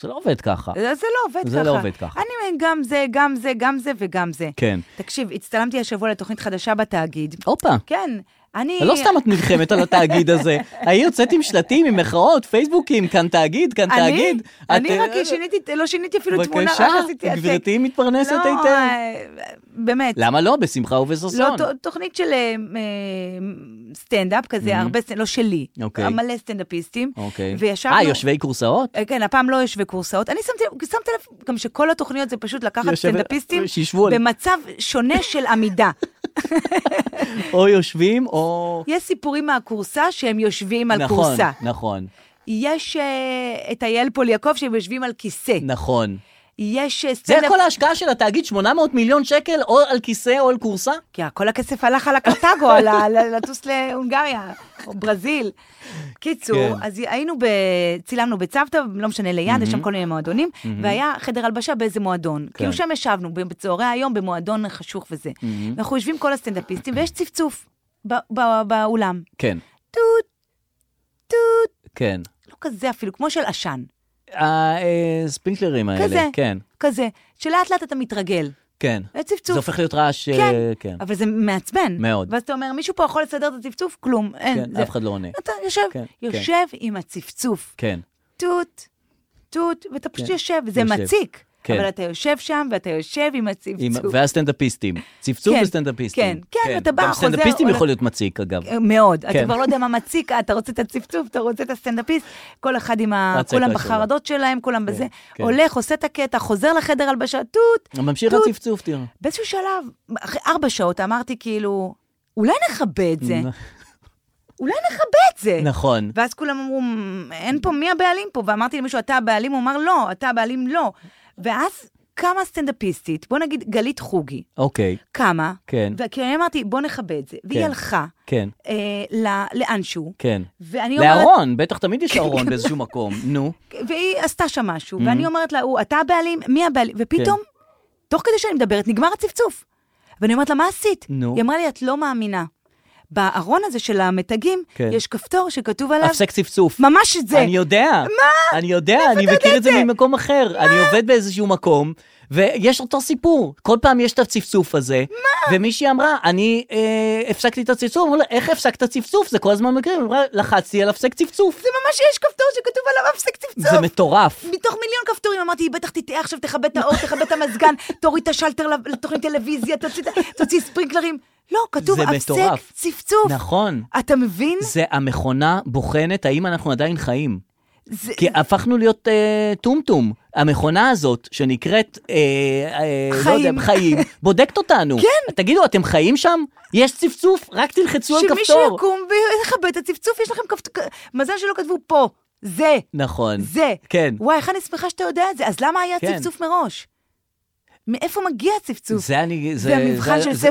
זה לא עובד ככה. זה זה לא עובד ככה. זה לא עובד ככה. אני גם זה, גם זה, גם זה וגם זה. כן. תקשיב, הצטלמתי השבוע לתוכנית חדשה בתאגיד. הופה. כן, אני... לא סתם את נלחמת על התאגיד (laughs) הזה. היא יוצאת עם שלטים, עם מחאות, פייסבוקים, כאן תאגיד, כאן אני? תאגיד. אני את- אה, רק שיניתי, לא שיניתי אפילו תמונה, בבקשה, רק עשיתי... העתק. גברתי מתפרנסת לא, היטב. אה, באמת. למה לא? בשמחה ובששון. לא, ת- תוכנית של אה, אה, סטנדאפ כזה, הרבה סטנדאפ, לא שלי. אוקיי. מלא סטנדאפיסטים. אוקיי. וישבנו... אה, יושבי כורסאות? אה, כן, הפעם לא יושבי כורסאות. אני שמתי שמתי לב גם שכל התוכניות זה פשוט לקחת יושב- סטנדאפיסטים שישבו על- במצב שונה של עמידה. או יושבים או... יש סיפורים מהכורסה שהם יושבים על נכון, כורסה. נכון, יש אה, את אייל פוליאקוב שהם יושבים על כיסא. נכון. יש אה, זה סצנה... כל ההשקעה של התאגיד, 800 מיליון שקל, או על כיסא או על כורסה? כי כל הכסף הלך על הקרטגו, על ה- ל- לטוס להונגריה, או ברזיל. קיצור, כן. אז היינו, ב... צילמנו בצוותא, לא משנה ליד, יש שם כל מיני מועדונים, והיה חדר הלבשה באיזה מועדון. כן. כאילו שם ישבנו, בצהרי היום, במועדון חשוך וזה. ואנחנו יושבים כל הסטנדאפיסטים, ויש צפצוף ב- ב- באולם. כן, טוט, טוט, כן. לא כזה אפילו, כמו של עשן. הספינקלרים כזה. אה, האלה, כן, כזה, שלאט לאט אתה מתרגל. כן. זה זה צפצוף. הופך להיות רעש, אה, כן, כן. אבל זה מעצבן. מאוד. ואז אתה אומר, מישהו פה יכול לסדר את הצפצוף? כלום, אין. כן, זה- אף אחד לא עונה. אתה יושב, כן, יושב עם הצפצוף, כן, טוט, טוט, ואתה פשוט כן, יושב, וזה יושב, מציק. כן. אבל אתה יושב שם, ואתה יושב עם עם- הצפצוף. והסטנדאפיסטים. צפצוף כן, וסטנדאפיסטים. כן, כן, ואתה בא, גם חוזר, סטנדאפיסטים הולך- יכול להיות מציק, אגב. מאוד, אתה כן. כבר לא יודע מה מציק, אתה רוצה את הצפצוף, אתה רוצה את הסטנדאפיסט, כל אחד עם ה... הצקע כולם שלו. בחרדות שלהם, כולם בזה, כן. הולך, עושה את הקטע, חוזר לחדר הלבשה, טוט, ממשיך טוט. הצפצוף, תראה. באיזשהו שלב, אחרי ארבע שעות אמרתי כאילו, אולי נכבה את זה, אולי נכבה את זה. נכון. ואז כולם אמרו, "מ, אין פה, מי הבעלים פה? ואמרתי למישהו, אתה הבעלים? הוא אמר, לא, אתה הבעלים, לא. ואז קמה סטנדאפיסטית, בוא נגיד גלית חוגי, אוקיי, קמה, כן. וכי אני אמרתי, בוא נכבה את זה. והיא כן. הלכה כן, אה, ל- לאנשהו, כן. ואני אומרת, לארון, בטח תמיד יש ארון באיזשהו מקום. (laughs) נו. והיא עשתה שם משהו, Mm-hmm. ואני אומרת לה, הוא, אתה הבעלים? מי הבעלים? ופתאום, כן. תוך כדי שאני מדברת, נגמר הצפצוף. ואני אומרת לה, מה עשית? נו. היא אמרה לי, את לא מאמינה. בארון הזה של המתגים, כן. יש כפתור שכתוב עליו, הפסק צפצוף. ממש את זה. אני יודע. מה? אני יודע, אני מכיר את זה ממקום אחר. אני עובד באיזשהו מקום, ויש אותו סיפור. כל פעם יש את הצפצוף הזה. מה? ומישהי אמרה, אני אה, הפסקתי את הצפצוף, אמרו לה, איך הפסקת צפצוף? זה כל הזמן מקרה. היא אמרה, לחצתי על הפסק צפצוף. זה ממש יש כפתור שכתוב עליו הפסק צפצוף. זה מטורף. מתוך מיליון כפתורים אמרתי, היא בטח תטעה עכשיו, תכבה את האור, תכבה (laughs) את המזגן, תוריד את השלטר לתוכנית טלוויזיה, תוציא את- תוציא ספרינקלרים. לא, כתוב זה הפסק מטורף. צפצוף. נכון. אתה מבין? זה המכונה בוחנת האם אנחנו עדיין חיים. זה- כי הפכנו להיות אה, טומטום. המכונה הזאת, שנקראת, אה, אה, לא חיים. יודע, חיים, (laughs) בודקת אותנו. כן. תגידו, אתם חיים שם? יש צפצוף, רק תלחצו על שמישהו כפתור. יקום ויכבה את הצפצוף, יש לכם כפתור... מזל שלא כתבו פה, זה, נכון. זה. כן. וואי, איך אני שמחה שאתה יודע את זה, אז למה היה כן. צפצוף מראש? מאיפה מגיע הצפצוף? זה אני... זה המבחן של 7-11,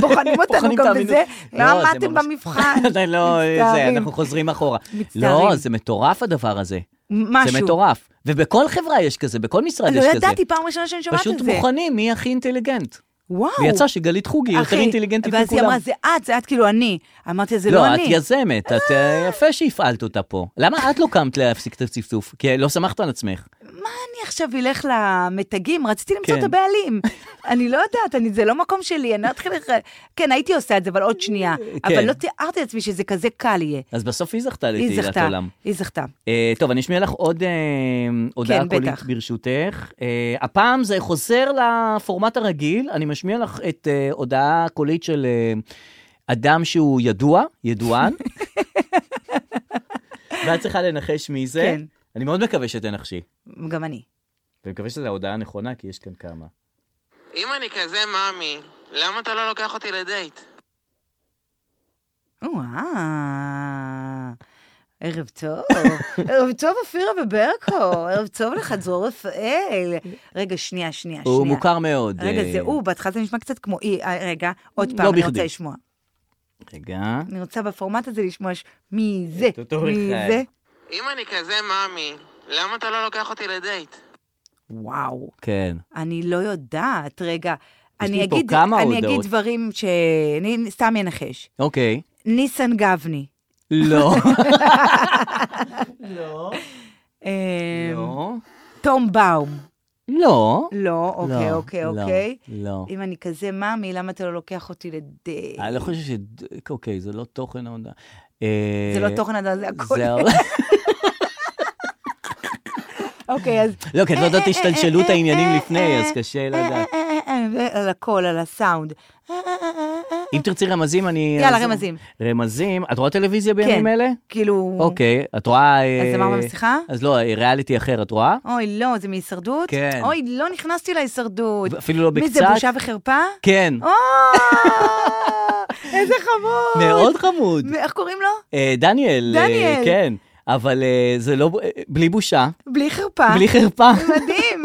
(laughs) בוחנים אותנו בוחנים גם את האמינות. בזה, לא, לא זה עמדתם ממש- במבחן. עדיין לא, (laughs) זה, מצטערים. אנחנו חוזרים אחורה. מצטערים. לא, זה מטורף הדבר הזה. משהו. זה מטורף. ובכל חברה יש כזה, בכל משרד יש לא כזה. ידעתי, פעם ראשונה שאני שומעת פשוט את זה. בוחנים מי הכי אינטליגנט. וואו. ויצא שגלית חוגי היא יותר אחי, אינטליגנטית מכולם. ואז היא אמרה, זה את, זה את כאילו אני. אמרתי לה, זה לא לא, את אני. יזמת, את אה, יפה שהפעלת אותה פה. למה את לא קמת להפסיק את הצפצוף? כי לא סמכת על עצמך. אני עכשיו אלך למתגים, רציתי למצוא כן. את הבעלים. (laughs) אני לא יודעת, אני, זה לא מקום שלי, אני לא אתחיל... לח- כן, הייתי עושה את זה, אבל עוד שנייה. כן. אבל לא תיארתי לעצמי שזה כזה קל יהיה. אז בסוף היא זכתה היא לתהילת זכתה, עולם. היא זכתה. אה, טוב, אני אשמיע לך עוד אה, הודעה כן, קולית בטח. ברשותך. אה, הפעם זה חוזר לפורמט הרגיל, אני משמיע לך את אה, הודעה קולית של אה, אדם שהוא ידוע, (laughs) ידוען, ואת צריכה לנחש מי זה. כן. אני מאוד מקווה שתנחשי, גם אני. ואני מקווה שזו ההודעה הנכונה, כי יש כאן כמה. אם אני כזה מאמי, למה אתה לא לוקח אותי לדייט? וואה. ערב טוב, (laughs) ערב טוב אופירה וברקו, ערב טוב לך דרור רפאל. רגע, שנייה, שנייה, שנייה. הוא מוכר מאוד. רגע, אה, זה הוא, בהתחלה זה נשמע קצת כמו אי, אה, רגע, עוד לא פעם, אני בכדי. רוצה לשמוע. רגע. אני רוצה בפורמט הזה לשמוע ש- מי זה, את אותו מי אחד. זה. אם אני כזה מאמי, למה אתה לא לוקח אותי לדייט? וואו, כן. אני לא יודעת, רגע. יש אני לי פה אגיד, כמה אני אגיד הודעות. דברים ש... אני סתם אנחש. אוקיי. ניסן גבני. (laughs) לא. אה, לא. תום באום. לא. לא, אוקיי, לא, אוקיי, לא, אוקיי. לא. אם אני כזה מאמי, למה אתה לא לוקח אותי לדייט? אני לא חושב ש... אוקיי, זה לא תוכן אה, ההודעה. אה, זה לא תוכן הדעת, זה הכל. (laughs) אוקיי, אז... לא, כי את לא יודעת את השתלשלות אה, אה, העניינים אה, לפני, אה, אז קשה אה, לדעת. אה, אה, אה, אה, על הכל, על הסאונד. אה, אה, אה, אה, אה. אם תרצי רמזים, אני... יאללה, אז- רמזים. רמזים. את רואה טלוויזיה בימים אלה? כאילו... אוקיי. את רואה... אה, הזמר והמשיחה? אז לא, אה, ריאליטי אחר, את רואה? אוי, לא, זה מהישרדות? כן. אוי, לא נכנסתי להישרדות. אפילו לא מי זה, בקצת? בושה וחרפה? כן. או, אה, איזה חמוד. מאוד חמוד. מ- איך קוראים לו? אה, דניאל. אה, דניאל. כן. אבל אה, זה לא... בלי בושה, בלי חרפה. בלי חרפה. מדהים.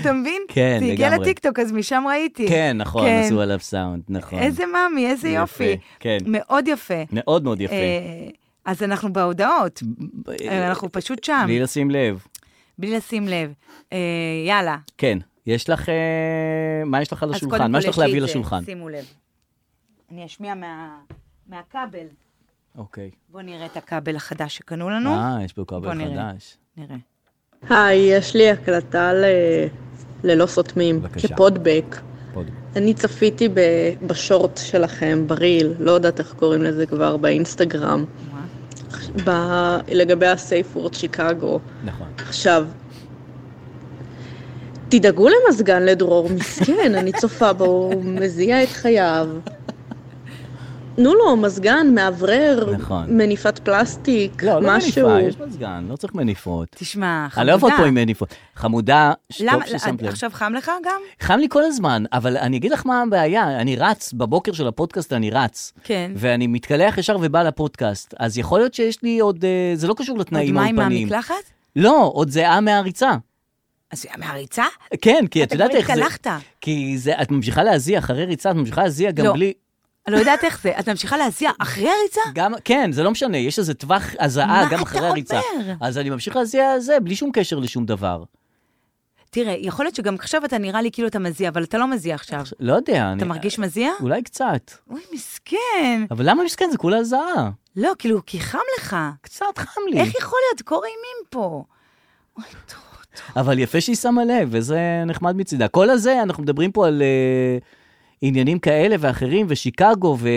אתה מבין? (laughs) כן, זה הגיע לגמרי. לטיקטוק, אז משם ראיתי. כן, נכון, כן. עשו עליו סאונד, נכון. איזה מאמי, איזה יפה, יופי. כן. מאוד יפה. מאוד מאוד יפה. אה, אז אנחנו בהודעות, אה, אה, אנחנו פשוט שם, בלי לשים לב. בלי לשים לב. אה, יאללה. כן, יש לך... אה, מה יש לך על אז השולחן? קודם מה כל יש לך לי להביא את זה, לשולחן? שימו לב. אני אשמיע מה- מהכבל. אוקיי. בואו נראה את הכבל החדש שקנו לנו. אה, יש פה בוא כבל נראה. חדש. נראה. היי, יש לי הקלטה ל... ללא סותמים, בבקשה. כפודבק. עוד. אני צפיתי ב... בשורט שלכם, בריל, לא יודעת איך קוראים לזה כבר, באינסטגרם, מה? ב... לגבי ה-safe word שיקגו. נכון. עכשיו, תדאגו למזגן לדרור, מסכן, אני צופה בו, הוא מזיע את חייו. תנו לו מזגן, מאוורר, נכון. מניפת פלסטיק, לא, לא משהו. מניפה, יש מזגן, לא צריך מניפות. תשמע, חמודה. אני לא אוהב אותו עם מניפות. חמודה, למה, טוב ששמת לב. עכשיו חם לך גם? חם לי כל הזמן, אבל אני אגיד לך מה הבעיה, אני רץ, בבוקר של הפודקאסט אני רץ. כן. ואני מתקלח ישר ובא לפודקאסט, אז יכול להיות שיש לי עוד, אה, זה לא קשור לתנאים עוד מים האולפניים. מהמקלחת? לא, עוד זיעה מהריצה. אז מהריצה? כן, אה, כי את יודעת איך זה... אתה כבר התקלחת. כי זה, את ממשיכה להזיע אחרי ריצה, את ממשיכה להזיע גם לא. בלי... אני לא יודעת איך זה. את ממשיכה להזיע אחרי הריצה? גם, כן, זה לא משנה, יש איזה טווח הזעה מה אה, גם אתה אחרי הריצה. אומר? אז אני ממשיך להזיע על זה, בלי שום קשר לשום דבר. תראה, יכול להיות שגם עכשיו אתה נראה לי כאילו אתה מזיע, אבל אתה לא מזיע עכשיו. לא יודע, אתה אני... מרגיש מזיע? אולי קצת. אוי, מסכן. אבל למה מסכן? זה כולה הזעה. לא, כאילו, כי חם לך. קצת חם לי. איך יכול להיות? קור אימים פה. אוי, טוב. אבל יפה שהיא שמה לב, וזה נחמד מצידה. כל הזה, אנחנו מדברים פה על uh, עניינים כאלה ואחרים, ושיקגו, ו-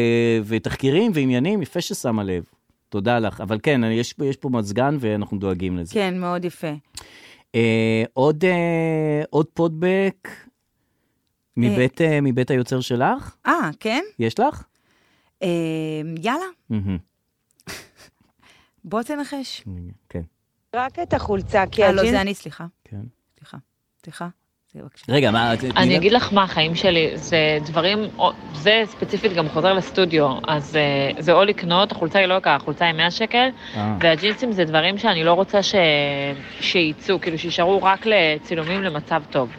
ותחקירים ועניינים, יפה ששמה לב. תודה לך. אבל כן, יש, פה- יש פה מזגן ואנחנו דואגים לזה. כן, מאוד יפה. אה, עוד, אה, עוד פודבק מבית, אה, מבית היוצר שלך? אה, כן? יש לך? אה, יאללה, מהמם. בוא תנחש. כן, רק את החולצה, כי אה, לא, הג'ינס... זה אני, סליחה. כן. סליחה. סליחה. זה בבקשה. רגע, מה... אני אגיד לך מה החיים שלי, זה דברים, או- זה ספציפית גם חוזר לסטודיו, אז אה, זה או לקנות, החולצה היא לא יקרה, החולצה היא 100 שקל, אה, והג'ינסים זה דברים שאני לא רוצה ש... שייצאו, כאילו שיישארו רק לצילומים למצב טוב.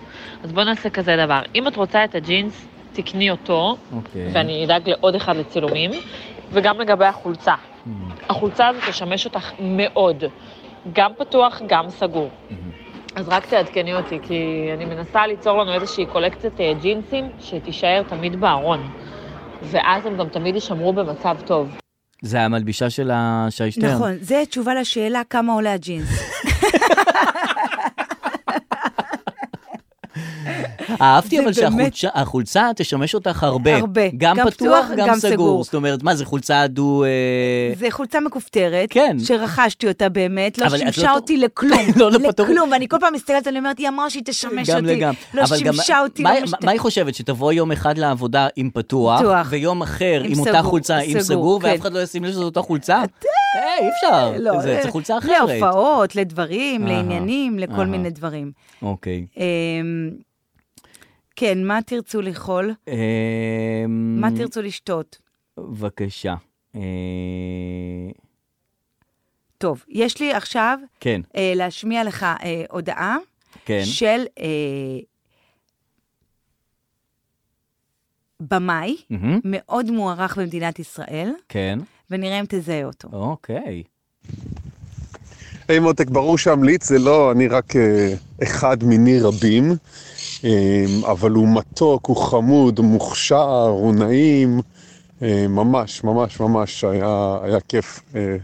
אז בוא נעשה כזה דבר, אם את רוצה את הג'ינס, תקני אותו, אוקיי. ואני אדאג לעוד אחד לצילומים, וגם לגבי החולצה. מהמם, החולצה הזאת תשמש אותך מאוד, גם פתוח, גם סגור. מהמם. אז רק תעדכני אותי, כי אני מנסה ליצור לנו איזושהי קולקציית אה, ג'ינסים שתישאר תמיד בארון. ואז הם גם תמיד יישמרו במצב טוב. זה המלבישה של השי שטרן. נכון, זה תשובה לשאלה כמה עולה הג'ינס. אהבתי זה אבל באמת- שהחולצה החולצה תשמש אותך הרבה. הרבה. גם גם פתוח, פתוח, גם גם סגור. סגור. זאת אומרת, מה, זה חולצה דו... אה, זה חולצה מכופתרת, כן. שרכשתי אותה באמת, לא אבל את לא שימשה טוב- אותי לכלום, (laughs) לא, לא פתוח. לכלום, ואני כל פעם מסתכלת, אני אומרת, היא אמרה שהיא תשמש גם אותי, לגמרי. לא אבל גם- שימשה אותי, מה- לא מה- משת- מה היא חושבת, שתבוא יום אחד לעבודה עם פתוח, פתוח. ויום אחר עם עם אותה סגור, חולצה עם סגור, סגור, כן. ואף אחד לא ישים לב שזו אותה חולצה? היי, אי אפשר, לא, זה אה, זה חולצה אחרת. להופעות, לדברים, אהה, לעניינים, לכל אהה. מיני דברים. אוקיי. אמ, כן, מה תרצו לאכול? אמ, מה תרצו לשתות? בבקשה. אה, טוב, יש לי עכשיו כן, אה, להשמיע לך אה, הודעה כן. של אה, במאי מהמם, מאוד מוערך במדינת ישראל, כן, ונראה אם תזהה אותו. אוקיי. היי מותק, ברור שהמליץ זה לא, אני רק אה, אחד מיני רבים, אה, אבל הוא מתוק, הוא חמוד, הוא מוכשר, הוא נעים, אה, ממש, ממש, ממש היה, היה כיף אה,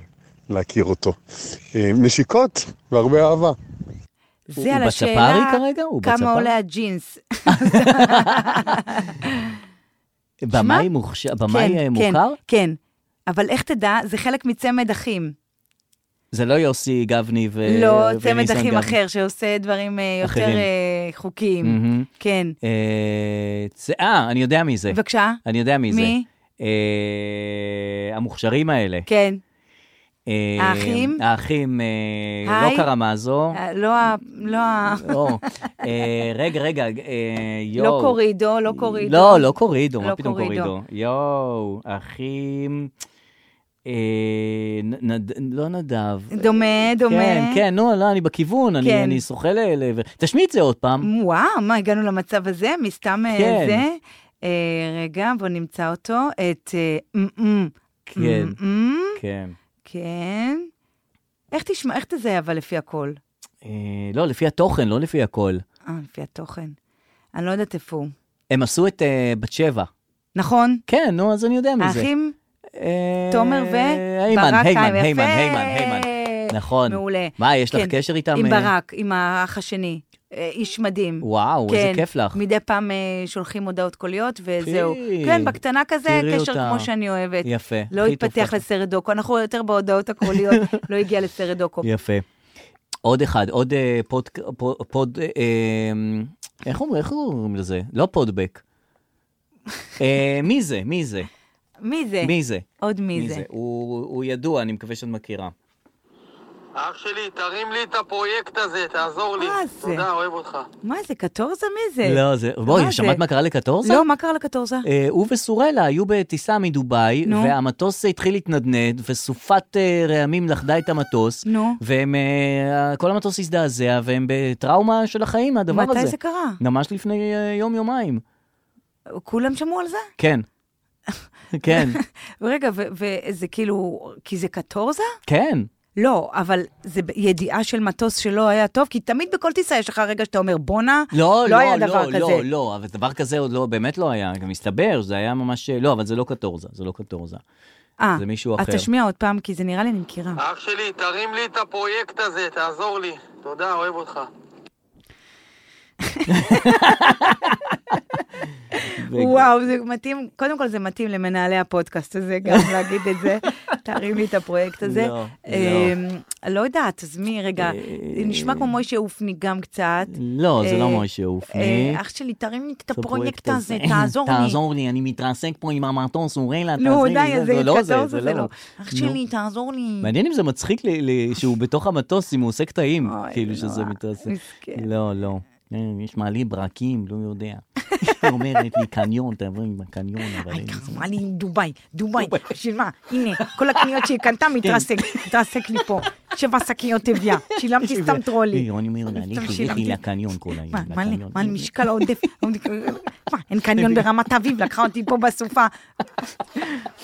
להכיר אותו. אה, נשיקות והרבה אהבה. זה הוא על בצפרי השאלה כרגע? הוא בצפרי? כמה עולה הג'ינס. במאי מוכשר- במאי אה, מוכר? כן, כן. אבל איך תדע, זה חלק מצמד אחים. זה לא יוסי גבני ו... לא, וניסן צמד אחים גבני. אחר שעושה דברים אה, יותר אחרים. אה, חוקיים. מהמם. כן. אה, צ- אה, אני יודע מי זה. בבקשה. אני יודע מי זה. מי? אה, המוכשרים האלה. כן. אה, האחים? האחים, אה, היי. לא קרמזו. אה, לא ה... לא ה... לא. אה, רגע, רגע, אה, יואו. לא קורידו, לא קורידו. לא, לא קורידו, לא מה פתאום קורידו. קורידו? יואו, אחים... אה, נ- נד- לא נדב. דומה, דומה. כן, כן, נו, לא, אני בכיוון, אני- כן. אני שוחה ל... ל- תשמיעי את זה עוד פעם. וואו, מה, הגענו למצב הזה? מסתם אה, כן. זה? אה, רגע, בוא נמצא אותו. את... אה, מ-מ. כן. מ-מ. כן. כן. איך תשמע, איך תזהה אבל לפי הקול? אה, לא, לפי התוכן, לא לפי הכל. אה, לפי התוכן. אני לא יודעת איפה הוא. הם עשו את אה, בת שבע. נכון? כן, נו, אז אני יודע מי זה. אה, האחים? תומר ו... היימן, ברק היימן, היימן. היימן, יפה. היימן, היימן. נכון. מעולה. מה, יש לך כן, קשר איתם? עם אה? ברק, עם האח השני. אה, איש מדהים. וואו, איזה כן, כיף לך. מדי פעם אה, שולחים הודעות קוליות, וזהו. פי, כן, בקטנה כזה, תראי קשר אותה. כמו שאני אוהבת. יפה, לא הכי התפתח תופסת. לסרט דוקו, אנחנו יותר בהודעות הקוליות, (laughs) לא הגיע לסרט דוקו. יפה. עוד אחד, עוד אה, פוד... פוד- פוד אה, איך אומרים, איך קוראים לזה? לא פודבק. אה, מי זה? מי זה? מי זה? מי זה? עוד אה, מי זה? הוא הוא ידוע, אני מקווה שאת מכירה. אח שלי, תרים לי את הפרויקט הזה, תעזור לי. מה זה? תודה, אוהב אותך. מה זה, קטורזה? מי זה? לא, זה... בואי, כן. מה שמעת זה? מה קרה לקטורזה? לא, מה קרה לקטורזה? אה, הוא וסורלה היו בטיסה מדובאי, נו. והמטוס התחיל להתנדנד, וסופת אה, רעמים לכדה את המטוס, נו. והם, אה, כל המטוס הזדעזע, והם בטראומה של החיים מהדבר הזה. מתי זה קרה? ממש לפני אה, יום-יומיים. כולם שמעו על זה? (laughs) כן. כן, רגע, ו- וזה כאילו, כי זה קטורזה? כן. לא, אבל זה ב- ידיעה של מטוס שלא היה טוב, כי תמיד בכל טיסה יש לך רגע שאתה אומר, בואנה, לא, לא, היה לא, דבר לא, כזה. לא, לא, אבל דבר כזה עוד לא, באמת לא היה, גם הסתבר, זה היה ממש, לא, אבל זה לא קטורזה, זה לא קטורזה. אה, זה מישהו אז אחר. תשמיע עוד פעם, כי זה נראה לי אני מכירה. אח שלי, תרים לי את הפרויקט הזה, תעזור לי. תודה, אוהב אותך. וואו, זה מתאים, קודם כל זה מתאים למנהלי הפודקאסט הזה, (laughs) גם להגיד את זה. תרים לי את הפרויקט הזה. לא, אה, אמ, לא יודעת, אז מי, רגע, זה נשמע כמו מוישה אופני גם קצת. לא, זה לא אה, מוישה אופני. אה, אח שלי, תרים לי את את הפרויקט הזה, (laughs) תעזור לי. תעזור לי, אני מתרסק פה עם המטוס, אורלה, תעזרי לי. נו, די, אז זה לא קטור, זה זה לא. אח נו. שלי, תעזור לי. מעניין אם זה מצחיק לי- לי (laughs) שהוא בתוך המטוס, אם הוא עושה קטעים, כאילו שזה מתרסק. לא, לא. אה, יש מעלי ברקים, לא (laughs) יודע. היא אומרת לי, קניון, תבואי עם הקניון, אבל... אין זה. אמרה לי, דובאי, דובאי, בשביל מה? הנה, כל הקניות שהיא (laughs) קנתה כן. מתרסק, מתרסק לי פה. שבע שקיות הביאה, שילמתי סתם טרולי. היא, אני אומר, אני סתם תלכי שילמתי. לקניון כל היום. מה, מה, לקניון. מה על (laughs) משקל העודף? מה, אין קניון ברמת אביב, לקחה אותי פה בסופה.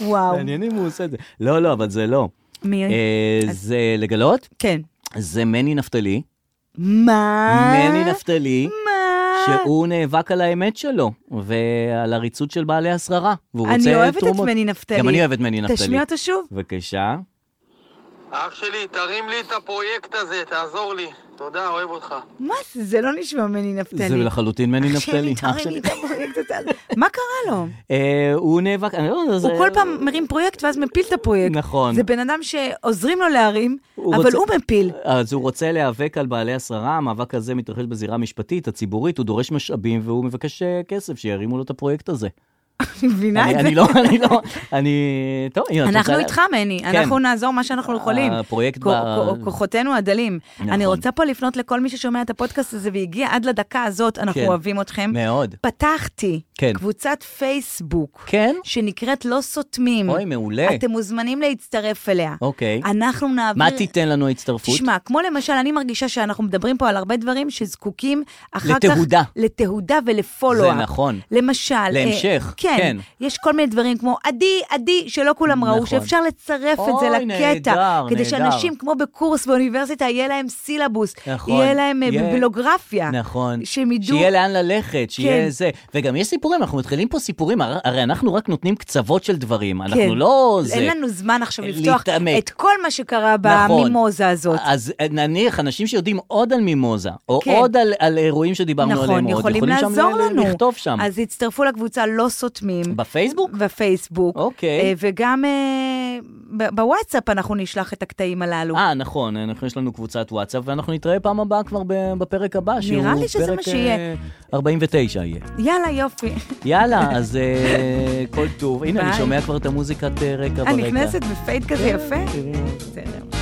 וואו. מעניין אם הוא עושה את זה. לא, לא, אבל זה לא. מי? אה, זה לגלות? כן. זה מני נפתלי. מה? מני נפתלי. שהוא נאבק על האמת שלו, ועל עריצות של בעלי השררה. והוא אני רוצה אוהבת את תרומות. מני נפתלי. גם אני אוהב את מני נפתלי. תשמיע אותו שוב. בבקשה. אח שלי, תרים לי את הפרויקט הזה, תעזור לי. תודה, אוהב אותך. מה זה? זה לא נשמע מני נפתלי. זה לחלוטין מני אח נפתלי. שלי, אח תרים שלי. לי את הפרויקט הזה. מה קרה לו? אה, הוא נאבק, אני לא יודע, (laughs) זה... הוא כל פעם מרים פרויקט ואז מפיל את הפרויקט. נכון. זה בן אדם שעוזרים לו להרים, הוא אבל רוצה- הוא מפיל. (laughs) אז הוא רוצה להיאבק על בעלי השררה, המאבק הזה מתרחש בזירה המשפטית, הציבורית, הוא דורש משאבים והוא מבקש אה, כסף, שירימו לו את הפרויקט הזה. אני מבינה אני את זה. (laughs) אני לא, אני לא, אני... טוב, אם את רוצה אנחנו לה- איתך, מני, כן. אה, אנחנו נעזור מה שאנחנו יכולים. הפרויקט כו- ב- כו- כוחותינו הדלים. נכון. אני רוצה פה לפנות לכל מי ששומע את הפודקאסט הזה והגיע עד לדקה הזאת, אנחנו כן. אוהבים אתכם. מאוד. פתחתי כן. קבוצת פייסבוק, כן? שנקראת לא סותמים. אוי, מעולה. אתם מוזמנים להצטרף אליה. אוקיי. אנחנו נעביר... מה תיתן לנו ההצטרפות? תשמע, כמו למשל, אני מרגישה שאנחנו מדברים פה על הרבה דברים שזקוקים אחר כך... לתהודה. לתהודה ולפולו-אפ. זה נכון. למשל... אה, להמשך, כן. כן. יש כל מיני דברים כמו עדי, עדי, שלא כולם ראו, נכון. שאפשר לצרף את זה אוי, לקטע. נהדר, כדי נהדר. שאנשים, כמו בקורס באוניברסיטה, יהיה להם סילבוס. נכון. יהיה להם אה, יהיה- ביבלוגרפיה. נכון. שהם ידעו... שיהיה לאן ללכת, שיהיה כן. זה. וגם יש סיפורים, אנחנו מתחילים פה סיפורים, הר- הרי אנחנו רק נותנים קצוות של דברים, אנחנו כן. לא זה. אין לנו זמן עכשיו לפתוח להתעמק. את כל מה שקרה נכון. במימוזה הזאת. אז אה, נניח, אנשים שיודעים עוד על מימוזה, או כן. עוד על, על אירועים שדיברנו עליהם, נכון, עוד, יכולים שם לעזור ל- לנו. לכתוב שם. אז הצטרפו לקבוצה לא סותמים. בפייסבוק? בפייסבוק. אה, אוקיי. וגם אה, ב- בוואטסאפ אנחנו נשלח את הקטעים הללו. אה, נכון, אנחנו, יש לנו קבוצת וואטסאפ, ואנחנו נתראה פעם הבאה כבר ב- בפרק הבא, שהוא לי שזה פרק מה שיהיה. אה, 49 יהיה. יאללה, יופי. יאללה, אז אה, כל טוב. הנה, אני ביי. שומע כבר את המוזיקת אה, כן. רקע ברקע. אני נכנסת בפייד כזה יפה. בסדר.